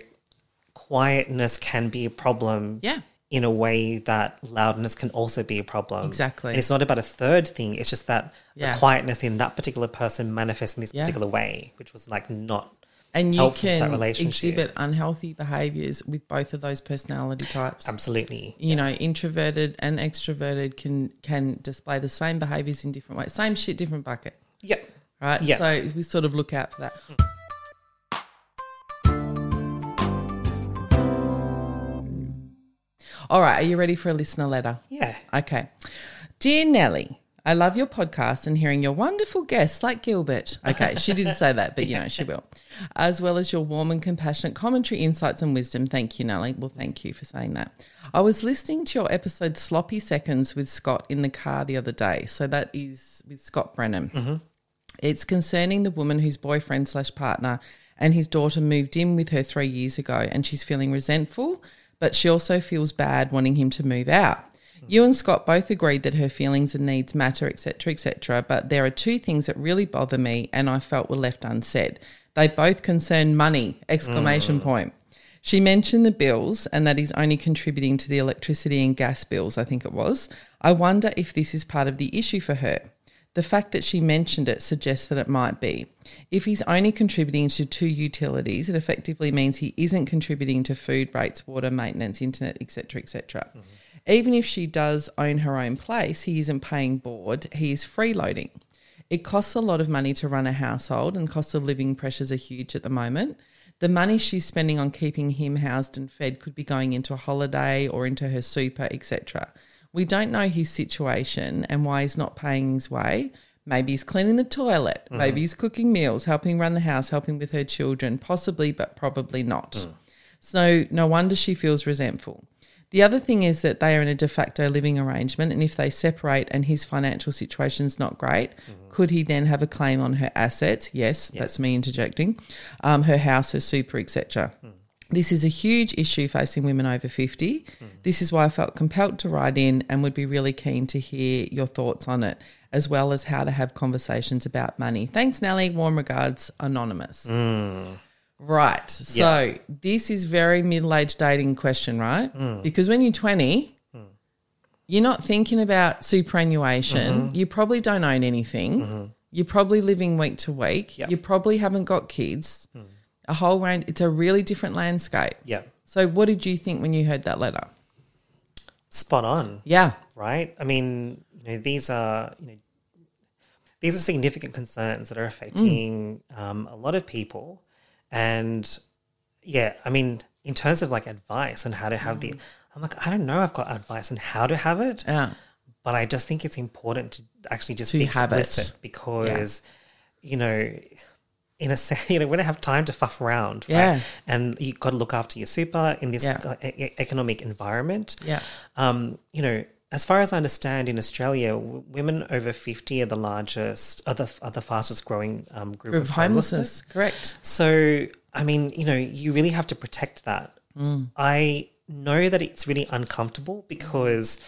S3: quietness can be a problem
S1: Yeah.
S3: in a way that loudness can also be a problem.
S1: Exactly.
S3: And it's not about a third thing, it's just that
S1: Yeah.
S3: the quietness in that particular person manifests in this
S1: Yeah.
S3: particular way, which was like not
S1: And you
S3: helpful for that
S1: can
S3: relationship.
S1: exhibit unhealthy behaviors with both of those personality types.
S3: absolutely.
S1: you know introverted and extroverted can can display the same behaviors in different ways same shit different bucket
S3: Yeah.
S1: right
S3: Yeah.
S1: so we sort of look out for that all right are you ready for a listener letter
S3: Yeah.
S1: okay dear nelly I love your podcast and hearing your wonderful guests like Gilbert. Okay, she didn't say that, but you know, she will. As well as your warm and compassionate commentary, insights, and wisdom. Thank you, Nellie. Well, thank you for saying that. I was listening to your episode Sloppy Seconds with Scott in the car the other day. So that is with Scott Brennan. It's concerning the woman whose boyfriend slash partner and his daughter moved in with her three years ago, and she's feeling resentful, but she also feels bad wanting him to move out. You and Scott both agreed that her feelings and needs matter, etc., etc. But there are two things that really bother me, and I felt were left unsaid. They both concern money! Exclamation point. She mentioned the bills and that is only contributing to the electricity and gas bills. I think it was. I wonder if this is part of the issue for her. The fact that she mentioned it suggests that it might be. If he's only contributing to two utilities, it effectively means he isn't contributing to food rates, water, maintenance, internet, etc., etc. Even if she does own her own place, he isn't paying board, he is freeloading. It costs a lot of money to run a household, and cost of living pressures are huge at the moment. The money she's spending on keeping him housed and fed could be going into a holiday or into her super, etc. We don't know his situation and why he's not paying his way. Maybe he's cleaning the toilet, maybe he's cooking meals, helping run the house, helping with her children, possibly, but probably not. So no wonder she feels resentful. The other thing is that they are in a de facto living arrangement, and if they separate and his financial situation's not great, could he then have a claim on her assets? Yes, that's me interjecting. Um, her house, her super, etc. This is a huge issue facing women over 50. This is why I felt compelled to write in and would be really keen to hear your thoughts on it, as well as how to have conversations about money. Thanks, Nellie. Warm regards, Anonymous. Right. So this is very middle-aged dating question, right? Because when you're 20, you're not thinking about superannuation. You probably don't own anything. You're probably living week to week. You probably haven't got kids. A whole range. It's a really different landscape.
S3: Yeah.
S1: So what did you think when you heard that letter?
S3: Spot on.
S1: Yeah.
S3: right? I mean, you know, these are you know, these are significant concerns that are affecting um, a lot of people, and yeah, I mean, in terms of like advice and how to have the, I'm like, I don't know, I've got advice on how to have it,
S1: Yeah.
S3: but I just think it's important to actually just
S1: To
S3: be
S1: have it.
S3: explicit because, you know, in a sense, you know, we don't have time to fuff around, right?
S1: Yeah.
S3: And you've got to look after your super in this
S1: Yeah.
S3: uh, e- e- economic environment
S1: Yeah.
S3: um, you know, as far as I understand, in Australia, w- women over fifty are the largest, are the, are the fastest growing um, group,
S1: Group
S3: of
S1: of
S3: homelessness.
S1: homelessness. Correct.
S3: So, I mean, you know, you really have to protect that.
S1: Mm.
S3: I know that it's really uncomfortable because,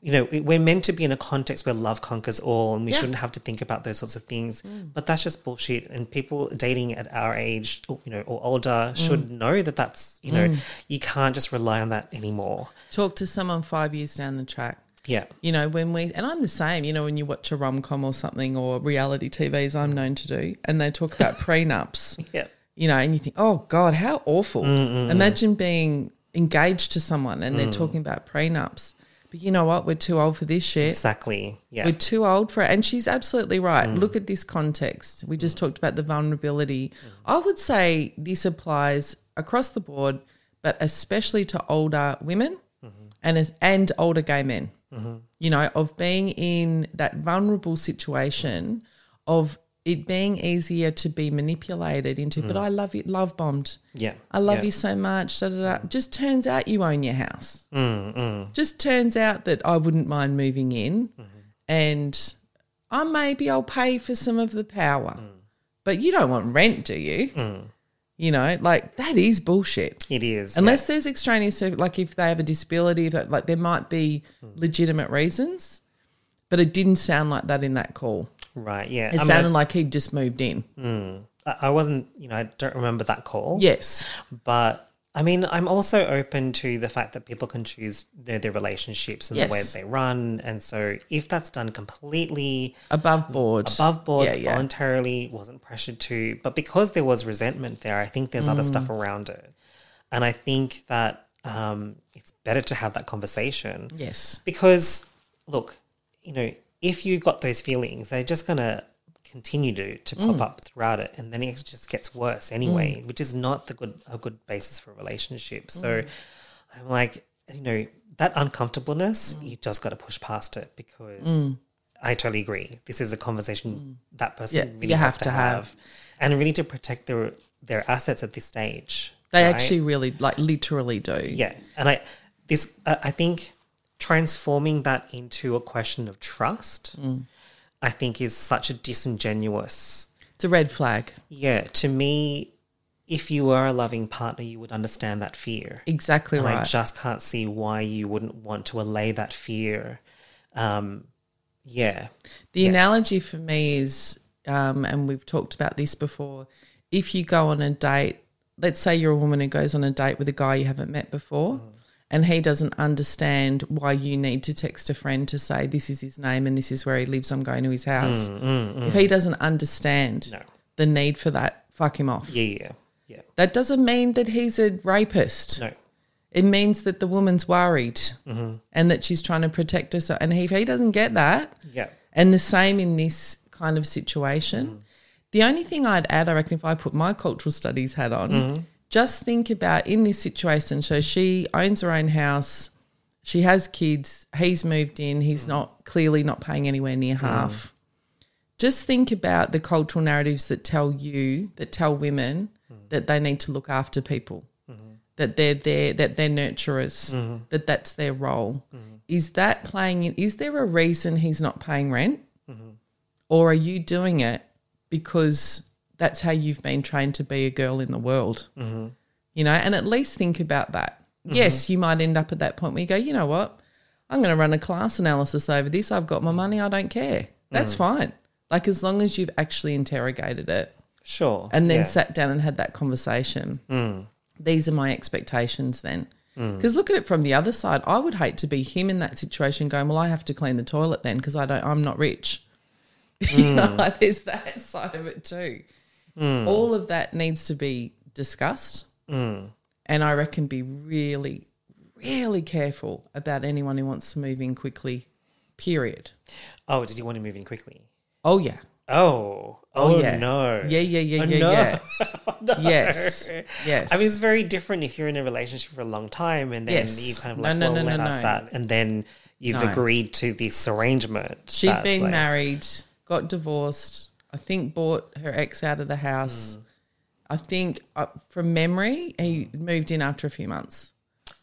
S3: you know, it- we're meant to be in a context where love conquers all and we shouldn't have to think about those sorts of things.
S1: Mm.
S3: But that's just bullshit. And people dating at our age, or, you know, or
S1: Mm.
S3: older should know that that's, you know, you can't just rely on that anymore.
S1: Talk to someone five years down the track.
S3: Yeah.
S1: You know, when we, and I'm the same, you know, when you watch a rom com or something or reality TVs, I'm known to do, and they talk about prenups.
S3: Yeah.
S1: you know, and you think, oh God, how awful. Imagine being engaged to someone and they're talking about prenups. But you know what? We're too old for this shit.
S3: Exactly. Yeah. Mm.
S1: We're too old for it. And she's absolutely right. Look at this context. We just talked about the vulnerability.
S3: Mm.
S1: I would say this applies across the board, but especially to older women
S3: Mm-hmm.
S1: and as, and older gay men. You know, of being in that vulnerable situation of it being easier to be manipulated into, but I love you, love bombed.
S3: Mm. yeah.
S1: I love
S3: yeah. Mm.
S1: you so much. Da, da, da. Just turns out you own your house. Just turns out that I wouldn't mind moving in,
S3: Mm-hmm.
S1: and I maybe I'll pay for some of the power,
S3: Mm.
S1: but you don't want rent, do you? You know, like that is bullshit.
S3: It is.
S1: Unless there's extraneous, so, like if they have a disability, that like there might be
S3: Mm.
S1: legitimate reasons, but it didn't sound like that in that call.
S3: yeah. right. Yeah.
S1: It
S3: I'm
S1: sounded like he'd just moved in.
S3: Mm. not- I I wasn't. You know, I don't remember that call.
S1: Yes,
S3: But I mean, I'm also open to the fact that people can choose their, their relationships and the way that
S1: Yes.
S3: they run. And so, if that's done completely
S1: above board.
S3: above board,
S1: Yeah, yeah.
S3: voluntarily, wasn't pressured to, but because there was resentment there, I think there's
S1: Mm.
S3: other stuff around it. And I think that um, it's better to have that conversation.
S1: Yes.
S3: because look you know if you got those feelings they're just going to continue to, to
S1: Mm.
S3: pop up throughout it and then it just gets worse anyway which is not the good a good basis for a relationship so
S1: Mm.
S3: i'm like you know that uncomfortableness
S1: Mm.
S3: you just got to push past it because i totally agree this is a conversation that person
S1: Mm. Yeah,
S3: really
S1: you
S3: has
S1: have
S3: to,
S1: to
S3: have.
S1: have.
S3: and really to protect their their assets at this stage
S1: They
S3: right?
S1: actually really, like, literally do.
S3: Yeah, and I this uh, I think transforming that into a question of trust,
S1: Mm.
S3: I think is such a disingenuous.
S1: It's a red flag.
S3: Yeah, to me, if you were a loving partner, you would understand that fear,
S1: Exactly
S3: and I
S1: right.
S3: just can't see why you wouldn't want to allay that fear. Um, yeah,
S1: the analogy for me is, um, and we've talked about this before,
S3: Mm.
S1: if you go on a date, let's say you're a woman who goes on a date with a guy you haven't met before, and he doesn't understand why you need to text a friend to say this is his name and this is where he lives. I'm going to his house. If he doesn't understand
S3: Mm, No.
S1: the need for that, fuck him off.
S3: Yeah, yeah, yeah.
S1: That doesn't mean that he's a rapist.
S3: No.
S1: It means that the woman's worried and that she's trying to protect herself. And if he doesn't get that,
S3: Yeah.
S1: and the same in this kind of situation. The only thing I'd add, I reckon, if I put my cultural studies hat on, just think about in this situation. So she owns her own house, she has kids, he's moved in, he's not clearly not paying anywhere near half. Just think about the cultural narratives that tell you, that tell women that they need to look after people that they're there, that they're nurturers, that that's their role. Is that playing in? Is there a reason he's not paying rent, or are you doing it because that's how you've been trained to be a girl in the world? You know, and at least think about that. Yes, you might end up at that point where you go, you know what, I'm going to run a class analysis over this. I've got my money. I don't care. That's fine. Like as long as you've actually interrogated it
S3: Sure.
S1: and then
S3: yeah. Mm.
S1: sat down and had that conversation. These are my expectations then. Because look at it from the other side. I would hate to be him in that situation going, well, I have to clean the toilet then because I don't, I'm not rich.
S3: Mm.
S1: you know, like there's that side of it too. All of that needs to be discussed.
S3: Mm.
S1: And I reckon be really, really careful about anyone who wants to move in quickly, period.
S3: Oh, did you want to move in quickly?
S1: Oh, yeah.
S3: Oh. Oh,
S1: yeah.
S3: no.
S1: Yeah, yeah, yeah,
S3: Oh,
S1: yeah,
S3: no.
S1: yeah.
S3: Oh, no.
S1: Yes. Yes.
S3: I mean, it's very different if you're in a relationship for a long time and then
S1: Yes.
S3: you kind of
S1: No,
S3: like,
S1: no,
S3: well,
S1: no,
S3: let
S1: no,
S3: us
S1: no.
S3: that. And then you've
S1: No.
S3: agreed to this arrangement.
S1: she had
S3: that's
S1: been
S3: like-
S1: married, got divorced. I think bought her ex out of the house. I think uh, from memory, he moved in after a few months.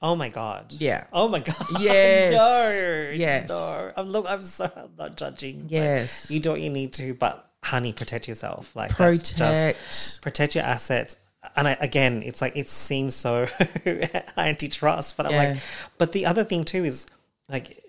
S3: Oh, my God.
S1: Yeah.
S3: Oh, my God.
S1: Yes.
S3: no.
S1: Yes.
S3: No. I'm, look, I'm so I'm not judging. but
S1: Yes.
S3: You do what you need to, but honey, protect yourself. Like, that's just-
S1: Protect.
S3: protect your assets. And I, again, it's like it seems so antitrust, but I'm
S1: Yeah.
S3: like, but the other thing too is like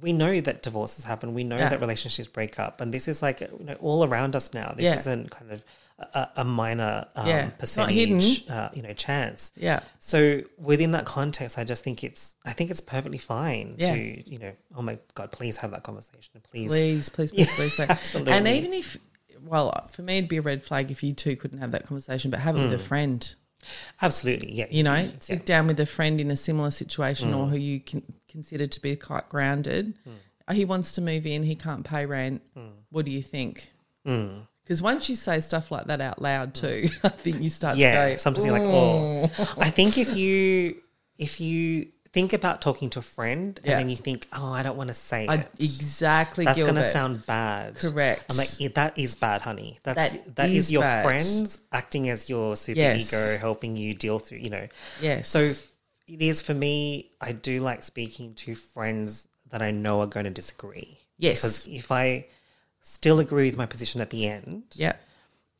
S3: we know that divorces happen, we know
S1: Yeah.
S3: that relationships break up, and this is like you know, all around us now. This
S1: Yeah.
S3: isn't kind of a, a minor um,
S1: Yeah. It's not hidden.
S3: percentage, uh, you know, chance.
S1: Yeah.
S3: So within that context, I just think it's I think it's perfectly fine
S1: Yeah.
S3: to you know, oh my god, please have that conversation, please.
S1: Please, please, please,
S3: Yeah,
S1: please, please.
S3: absolutely.
S1: And even if, well, for me, it'd be a red flag if you two couldn't have that conversation, but have it
S3: Mm.
S1: with a friend.
S3: Absolutely, yeah,
S1: You know, sit down with a friend in a similar situation
S3: Mm.
S1: or who you can consider to be quite grounded.
S3: Mm.
S1: Oh, He wants to move in, he can't pay rent. What do you think?
S3: Mm.
S1: Because once you say stuff like that out loud too, I think you start
S3: yeah
S1: to go, mm.
S3: sometimes you're like oh i think if you if you think about talking to a friend
S1: Yeah.
S3: and then you think oh i don't want to say
S1: "Mm, I,
S3: it
S1: exactly,
S3: that's
S1: Gilbert.
S3: gonna sound bad
S1: Correct.
S3: i'm like "Yeah, that is bad honey that's
S1: That
S3: that, that is,
S1: is
S3: your
S1: bad.
S3: friends acting as your super
S1: Yes.
S3: ego helping you deal through you know
S1: Yes.
S3: so it is for me i do like speaking to friends that i know are going to disagree
S1: Yes.
S3: because if i still agree with my position at the end
S1: yeah,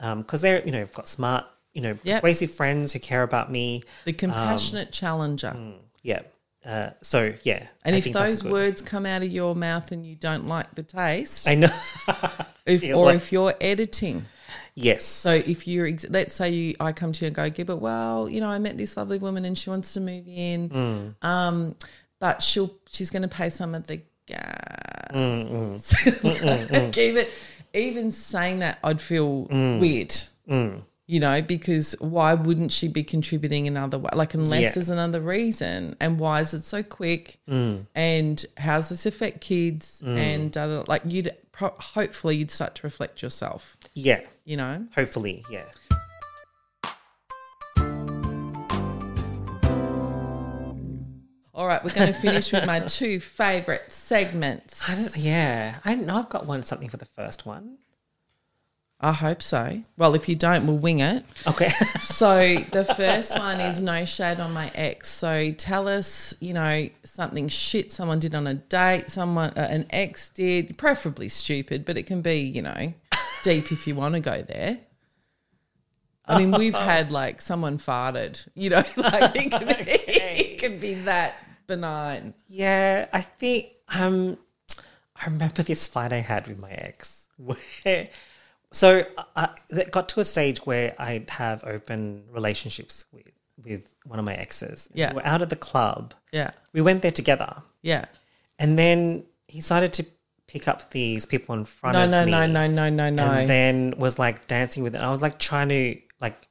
S3: because Um, they're you know I've got smart you know
S1: Yep.
S3: persuasive friends who care about me.
S1: the compassionate challenger.
S3: Yeah. Uh, so yeah,
S1: And
S3: I
S1: if
S3: mm, think that's
S1: those
S3: good.
S1: words come out of your mouth and you don't like the taste,
S3: I know.
S1: if,
S3: Yeah,
S1: or
S3: like-
S1: if you're editing,
S3: yes.
S1: So if you're, ex- let's say you, I come to you and go, Gibbet, well, you know, I met this lovely woman and she wants to move in, um, but she'll, she's going to pay some of the gas. Like, even, even saying that, I'd feel weird. You know, because why wouldn't she be contributing another way? Like, unless
S3: Yeah.
S1: there's another reason, and why is it so quick? And how's this affect kids? And da, da, da. like, you'd pro- hopefully you'd start to reflect yourself.
S3: yeah.
S1: You know,
S3: Hopefully, yeah.
S1: All right, we're going to finish with my two favourite segments.
S3: I don't, yeah, I don't know. I've got one something for the first one.
S1: I hope so. Well, if you don't, we'll wing it.
S3: Okay.
S1: So the first one is no shade on my ex. So tell us, you know, something shit someone did on a date, someone uh, an ex did, preferably stupid, but it can be, you know, deep if you want to go there. I mean, we've had like someone farted, you know, like it can be, it can be that benign.
S3: yeah, I think um, I remember this fight I had with my ex where. So I, I, it got to a stage where I'd have open relationships with with one of my exes.
S1: Yeah.
S3: We were out at the club.
S1: Yeah.
S3: We went there together.
S1: Yeah.
S3: And then he started to pick up these people in front
S1: No,
S3: of
S1: no,
S3: me.
S1: no, no, no, no, no.
S3: And then was like dancing with it. I was like trying to like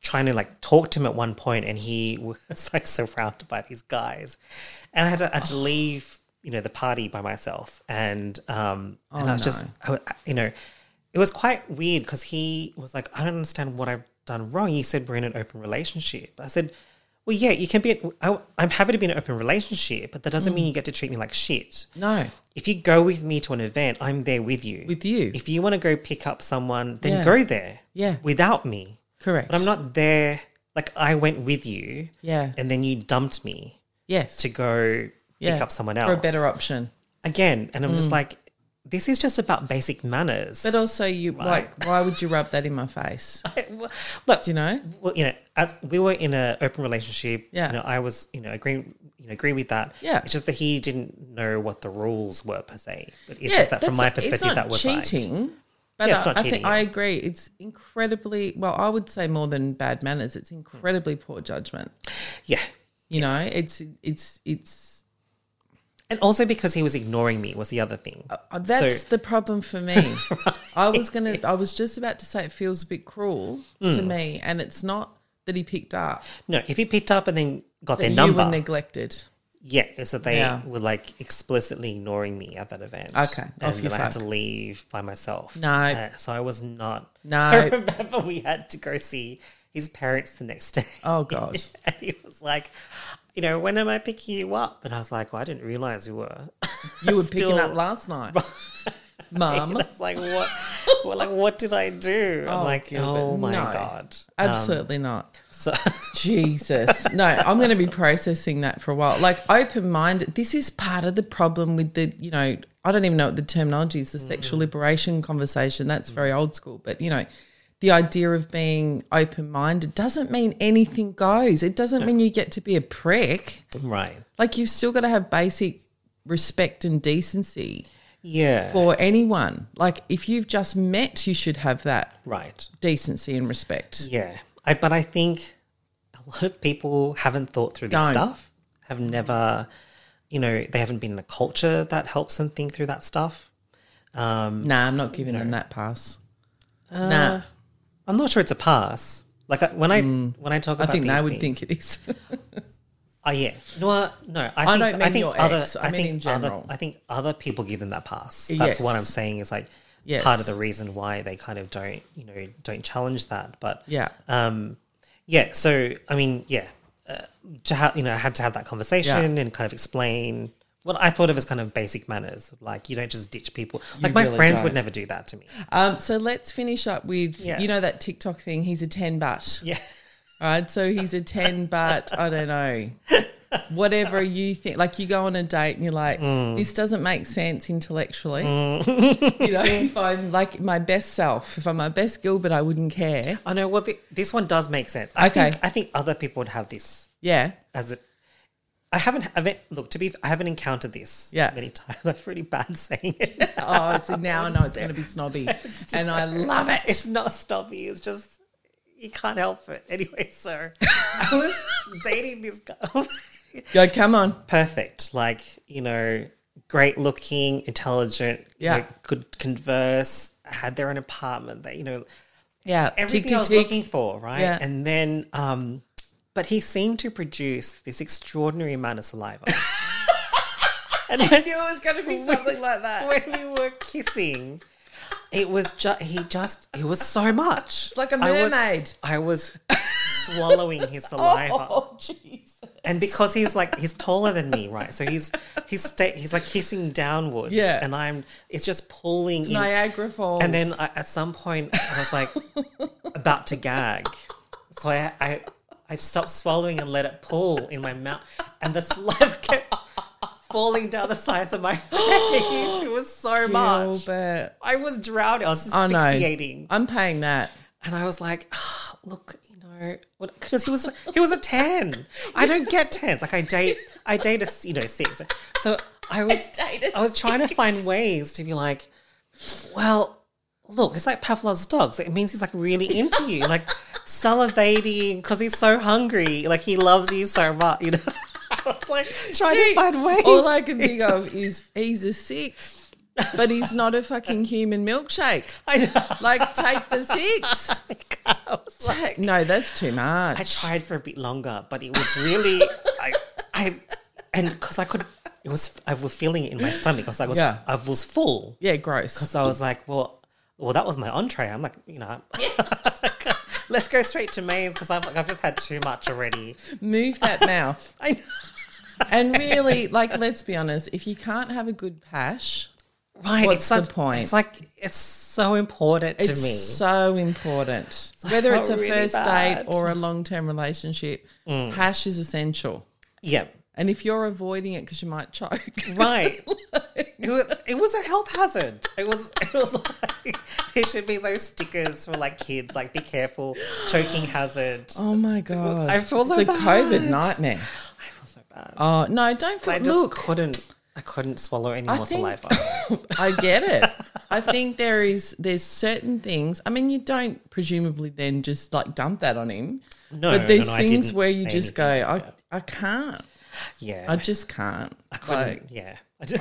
S3: trying to like talk to him at one point and he was like surrounded by these guys. And I had to, I had to leave, you know, the party by myself. And um and I was just I, wa- you know, it was quite weird because he was like, I don't understand what I've done wrong. He said we're in an open relationship. I said, well, yeah, you can be. I, I'm happy to be in an open relationship, but that doesn't mean you get to treat me like shit
S1: no.
S3: if you go with me to an event, I'm there with you.
S1: With you.
S3: If you want to go pick up someone, then
S1: Yeah.
S3: go there.
S1: Yeah.
S3: Without me.
S1: Correct.
S3: But I'm not there. Like I went with you.
S1: Yeah.
S3: And then you dumped me
S1: Yes.
S3: to go
S1: Yeah.
S3: pick up someone else.
S1: For a better option.
S3: Again. And I'm just like, this is just about basic manners.
S1: But uh, also, you like, why would you rub that in my face?
S3: Look,
S1: Do you know?
S3: well, you know, as we were in an open relationship,
S1: Yeah.
S3: you know, I was, you know, agreeing, you know, agree with that.
S1: Yeah.
S3: It's just that he didn't know what the rules were per se. But it's
S1: Yeah,
S3: just that
S1: that's-
S3: from my
S1: it's
S3: perspective,
S1: not
S3: that was like,
S1: cheating. but
S3: Yeah, it's
S1: I,
S3: not
S1: I
S3: cheating,
S1: think I agree. It's incredibly well. I would say more than bad manners. It's incredibly poor judgment.
S3: yeah,
S1: You know, it's it's it's
S3: And also because he was ignoring me was the other thing.
S1: uh, that's
S3: So-
S1: the problem for me. I was gonna. I was just about to say it feels a bit cruel to
S3: Hmm.
S1: me, and it's not that he picked up.
S3: No, if he picked up and then got
S1: That
S3: their
S1: you
S3: number,
S1: were neglected.
S3: yeah, so they
S1: Yeah.
S3: were like explicitly ignoring me at that event.
S1: Okay, off
S3: and
S1: your
S3: then I had to
S1: fuck.
S3: leave by myself.
S1: No.
S3: Uh, so I was not.
S1: No.
S3: I remember we had to go see his parents the next day.
S1: Oh, God.
S3: and he was like, you know, when am I picking you up? And I was like, well, I didn't realize we were.
S1: You were picking
S3: Still-
S1: up last night, mum.
S3: It's like what? well, like what did I do? I'm
S1: Oh,
S3: like,
S1: Gilbert,
S3: oh my
S1: no.
S3: god. Um,
S1: Absolutely not.
S3: So
S1: Jesus. No, I'm going to be processing that for a while. Like open minded, this is part of the problem with the, you know, I don't even know what the terminology is, the
S3: Mm.
S1: sexual liberation conversation. That's very old school. But, you know, the idea of being open minded doesn't mean anything goes. It doesn't mean you get to be a prick.
S3: right.
S1: Like you've still got to have basic respect and decency
S3: Yeah.
S1: for anyone. Like if you've just met, you should have that
S3: right.
S1: decency and respect.
S3: Yeah, I, but I think a lot of people haven't thought through this
S1: Don't.
S3: stuff. Have never, you know, they haven't been in a culture that helps them think through that stuff.
S1: Nah, I'm not giving them that pass.
S3: Uh,
S1: nah.
S3: I'm not sure it's a pass. Like I, when I when I talk,
S1: Mm. I
S3: about
S1: think
S3: these
S1: they would
S3: things-
S1: think it is.
S3: Oh yeah, no, uh, no. I,
S1: I
S3: think,
S1: don't mean
S3: I think
S1: your
S3: other,
S1: ex, I mean
S3: think
S1: in general.
S3: Other, I think other people give them that pass. That's
S1: Yes.
S3: what I'm saying. Is like
S1: Yes.
S3: part of the reason why they kind of don't, you know, don't challenge that. But
S1: Yeah.
S3: um, yeah. So I mean, yeah. Uh, to have you know, I had to have that conversation and kind of explain what I thought of as kind of basic manners. Like you Uh, don't just ditch people. Like my
S1: really
S3: friends
S1: don't.
S3: would never do that to me.
S1: um, so let's finish up with
S3: Yeah.
S1: you know that TikTok thing. He's a ten butt,
S3: Yeah.
S1: right? So he's a ten butt. I don't know. Whatever you think, like you go on a date and you're like,
S3: Mm.
S1: this doesn't make sense intellectually. you know, if I'm like my best self, if I'm my best Gilbert, I wouldn't care.
S3: I know. Well, th- this one does make sense. I
S1: Okay.
S3: Think, I think other people would have this
S1: Yeah,
S3: as it. I haven't, I haven't look to be. I haven't encountered this.
S1: Yeah.
S3: many times. I'm really bad saying it.
S1: Oh, so now I know it's going to be snobby, and I love it.
S3: It's not snobby. It's just you can't help it. Anyway, so I was dating this guy.
S1: Go, come on.
S3: Perfect, like you know, great looking, intelligent. you
S1: Yeah.
S3: know, could converse. Had their own apartment. That you know,
S1: Yeah,
S3: everything
S1: tick, tick,
S3: I was
S1: tick.
S3: looking for, right?
S1: Yeah.
S3: And then, um, but he seemed to produce this extraordinary amount of saliva. and I knew it was going to be something like that when we were kissing. It was just he just it was so much.
S1: It's like a
S3: I wa-
S1: mermaid.
S3: I was, swallowing his saliva,
S1: Oh, jeez.
S3: and because he was like he's taller than me, right? So he's he's sta- he's like hissing downwards,
S1: Yeah.
S3: And I'm it's just pulling in-
S1: Niagara Falls.
S3: and then I, at some point, I was like about to gag, so I, I I stopped swallowing and let it pull in my mouth, and the saliva kept falling down the sides of my face. It was so much.
S1: Gilbert.
S3: I was drowning. I was
S1: Oh no,
S3: asphyxiating,
S1: I'm paying that.
S3: and I was like, "Ah, look, you know, because he was he was a ten. I don't get tens. Like I date I date a you know six. So I was I, was trying to find ways to be like, well, look, it's like Pavlov's dogs. It means he's like really into you. Like salivating because he's so hungry. Like he loves you so much, you know. It's like trying
S1: See,
S3: to find ways.
S1: All I can think of is he's a six, but he's not a fucking human milkshake.
S3: I know.
S1: Like, take the six.
S3: I was like-
S1: Take- no, that's too much.
S3: I tried for a bit longer, but it was really I, I and because I could, it was I was feeling it in my stomach. I was like, I was,
S1: Yeah.
S3: I was full.
S1: Yeah, gross.
S3: So I was like, well, well, that was my entree. I'm like, you know, let's go straight to mains because I'm like, I've just had too much already.
S1: Move that mouth.
S3: I know.
S1: And really, like, let's be honest, if you can't have a good pash,
S3: Right.
S1: What's
S3: it's such-
S1: the point?
S3: It's like it's so important
S1: it's
S3: to me.
S1: so important. Whether
S3: I
S1: it's a
S3: felt really
S1: first date
S3: bad. Mm.
S1: or a long term relationship, hash is essential.
S3: yeah.
S1: And if you're avoiding it because you might choke,
S3: Right. it, was, it was a health hazard. It was it was like there should be those stickers for like kids, like be careful, choking hazard.
S1: oh my god,
S3: I feel so
S1: it's a COVID
S3: bad.
S1: nightmare.
S3: I feel so bad.
S1: Oh no, don't feel.
S3: I just
S1: look,
S3: couldn't I couldn't swallow any
S1: I
S3: more
S1: think-
S3: saliva.
S1: I get it. I think there is there's certain things. I mean, you don't presumably then just like dump that on him.
S3: No,
S1: but there's
S3: no, no, I
S1: things
S3: didn't
S1: where you
S3: say
S1: just go,
S3: anything.
S1: I I can't.
S3: Yeah.
S1: I just can't. I
S3: couldn't-
S1: Like,
S3: yeah. I did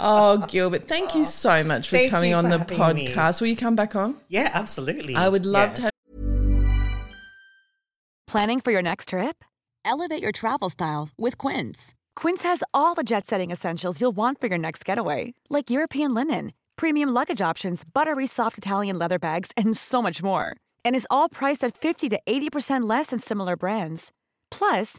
S1: oh, Gilbert, thank you so much for
S3: Thank
S1: coming
S3: you
S1: on
S3: for
S1: the
S3: having me.
S1: podcast. Will you come back on?
S3: yeah, absolutely.
S1: I would love
S3: Yeah.
S1: to have
S5: Planning for your next trip? Elevate your travel style with Quince. Quince has all the jet setting essentials you'll want for your next getaway, like European linen, premium luggage options, buttery soft Italian leather bags, and so much more. And is all priced at 50 to 80% less than similar brands. Plus,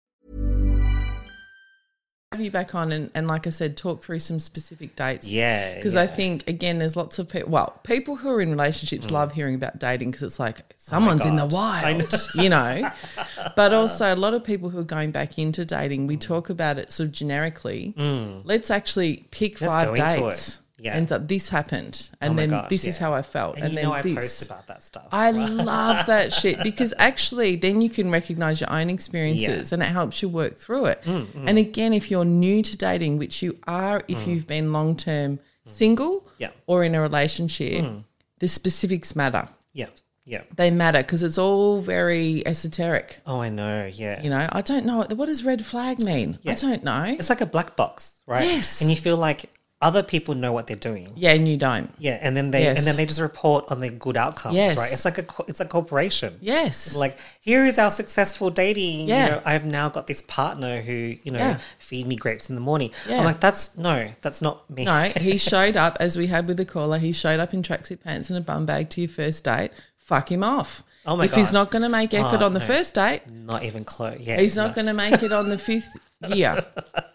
S1: you back on and, and like I said, talk through some specific dates.
S3: Yeah.
S1: Because I
S3: yeah. Mm.
S1: think again, there's lots of people. Well, people who are in relationships love hearing about dating because it's like someone's in the
S3: Oh God. I know.
S1: wild, you know. But also, a lot of people who are going back into dating,
S3: Mm.
S1: we talk about it sort of generically. Let's actually pick
S3: Let's
S1: five
S3: go into
S1: dates.
S3: it. Yeah.
S1: And th- this happened, and
S3: Oh my
S1: then
S3: God,
S1: this is
S3: yeah.
S1: how I felt,
S3: and, you
S1: then
S3: know I
S1: this.
S3: post about that stuff.
S1: I love that shit because actually, then you can recognize your own experiences
S3: Yeah. Mm,
S1: and it helps you work through it. And again, if you're new to dating, which you are if you've been long term single
S3: Mm. Yeah. Mm.
S1: or in a relationship, the specifics matter.
S3: yeah. Yeah.
S1: They matter because it's all very esoteric.
S3: Oh I know, yeah.
S1: You know, I don't know what does red flag mean. I don't know.
S3: It's like a black box, right?
S1: Yes.
S3: And you feel like other people know what they're doing.
S1: Yeah, and you don't.
S3: Yeah, and then they
S1: Yes.
S3: and then they just report on their good outcomes,
S1: Yes.
S3: right? It's like a co- it's a corporation.
S1: Yes.
S3: Like here is our successful dating.
S1: Yeah.
S3: You know, I've now got this partner who you know
S1: Yeah.
S3: feed me grapes in the morning.
S1: Yeah.
S3: I'm like that's no, that's not me.
S1: No, he showed up as we had with the caller. He showed up in tracksuit pants and a bum bag to your first date. Fuck him off.
S3: Oh my
S1: if he's
S3: God.
S1: not going to make effort
S3: Oh,
S1: on the
S3: no.
S1: first date,
S3: not even close. Yeah,
S1: he's not going to make it on the fifth year.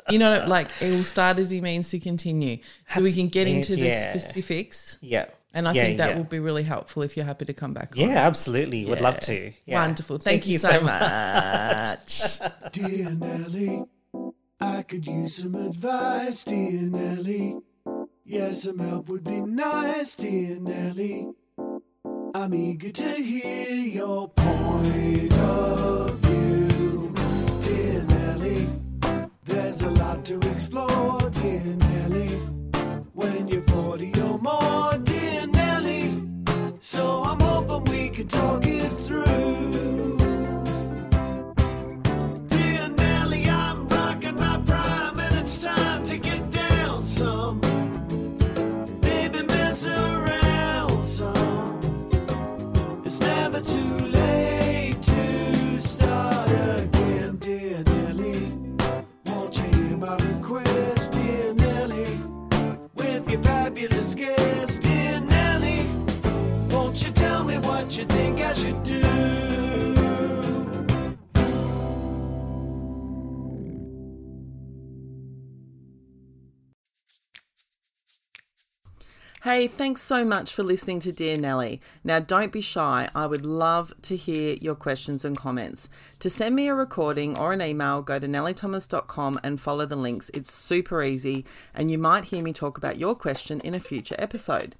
S1: You know, like it will start as he means to continue. So we can get into the
S3: yeah.
S1: specifics,
S3: Yeah,
S1: and I
S3: Yeah,
S1: think that
S3: yeah.
S1: will be really helpful if you're happy to come back.
S3: Yeah,
S1: on.
S3: absolutely. Would love to. Yeah.
S1: Wonderful. Thank, you, so much.
S2: Dear Nelly, I could use some advice, dear Nelly. Yeah, some help would be nice, dear Nelly. I'm eager to hear your point of view, dear Nelly. There's a lot to explore, dear Nelly. When you're 40 or more, dear Nelly. So I'm hoping we can talk it through. Dear Nelly, I'm rocking my prime, and it's time to get down some. Baby, mess around some. It's never too late to start again, dear Nelly. Won't you hear my request, dear Nelly? With your fabulous guest, dear Nelly. Won't you tell me what you think I should do?
S1: Hey, thanks so much for listening to Dear Nelly. Now, don't be shy. I would love to hear your questions and comments. To send me a recording or an email, go to nellythomas.com and follow the links. It's super easy, and you might hear me talk about your question in a future episode.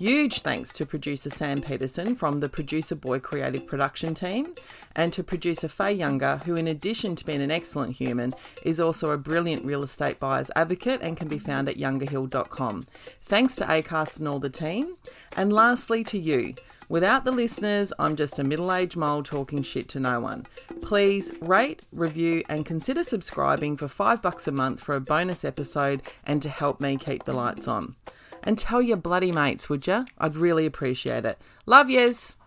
S1: Huge thanks to producer Sam Peterson from the Producer Boy Creative Production team and to producer Faye Younger, who, in addition to being an excellent human, is also a brilliant real estate buyer's advocate and can be found at youngerhill.com. Thanks to ACAST and all the team. And lastly, to you. Without the listeners, I'm just a middle aged mole talking shit to no one. Please rate, review, and consider subscribing for five bucks a month for a bonus episode and to help me keep the lights on. And tell your bloody mates, would ya? I'd really appreciate it. Love yous!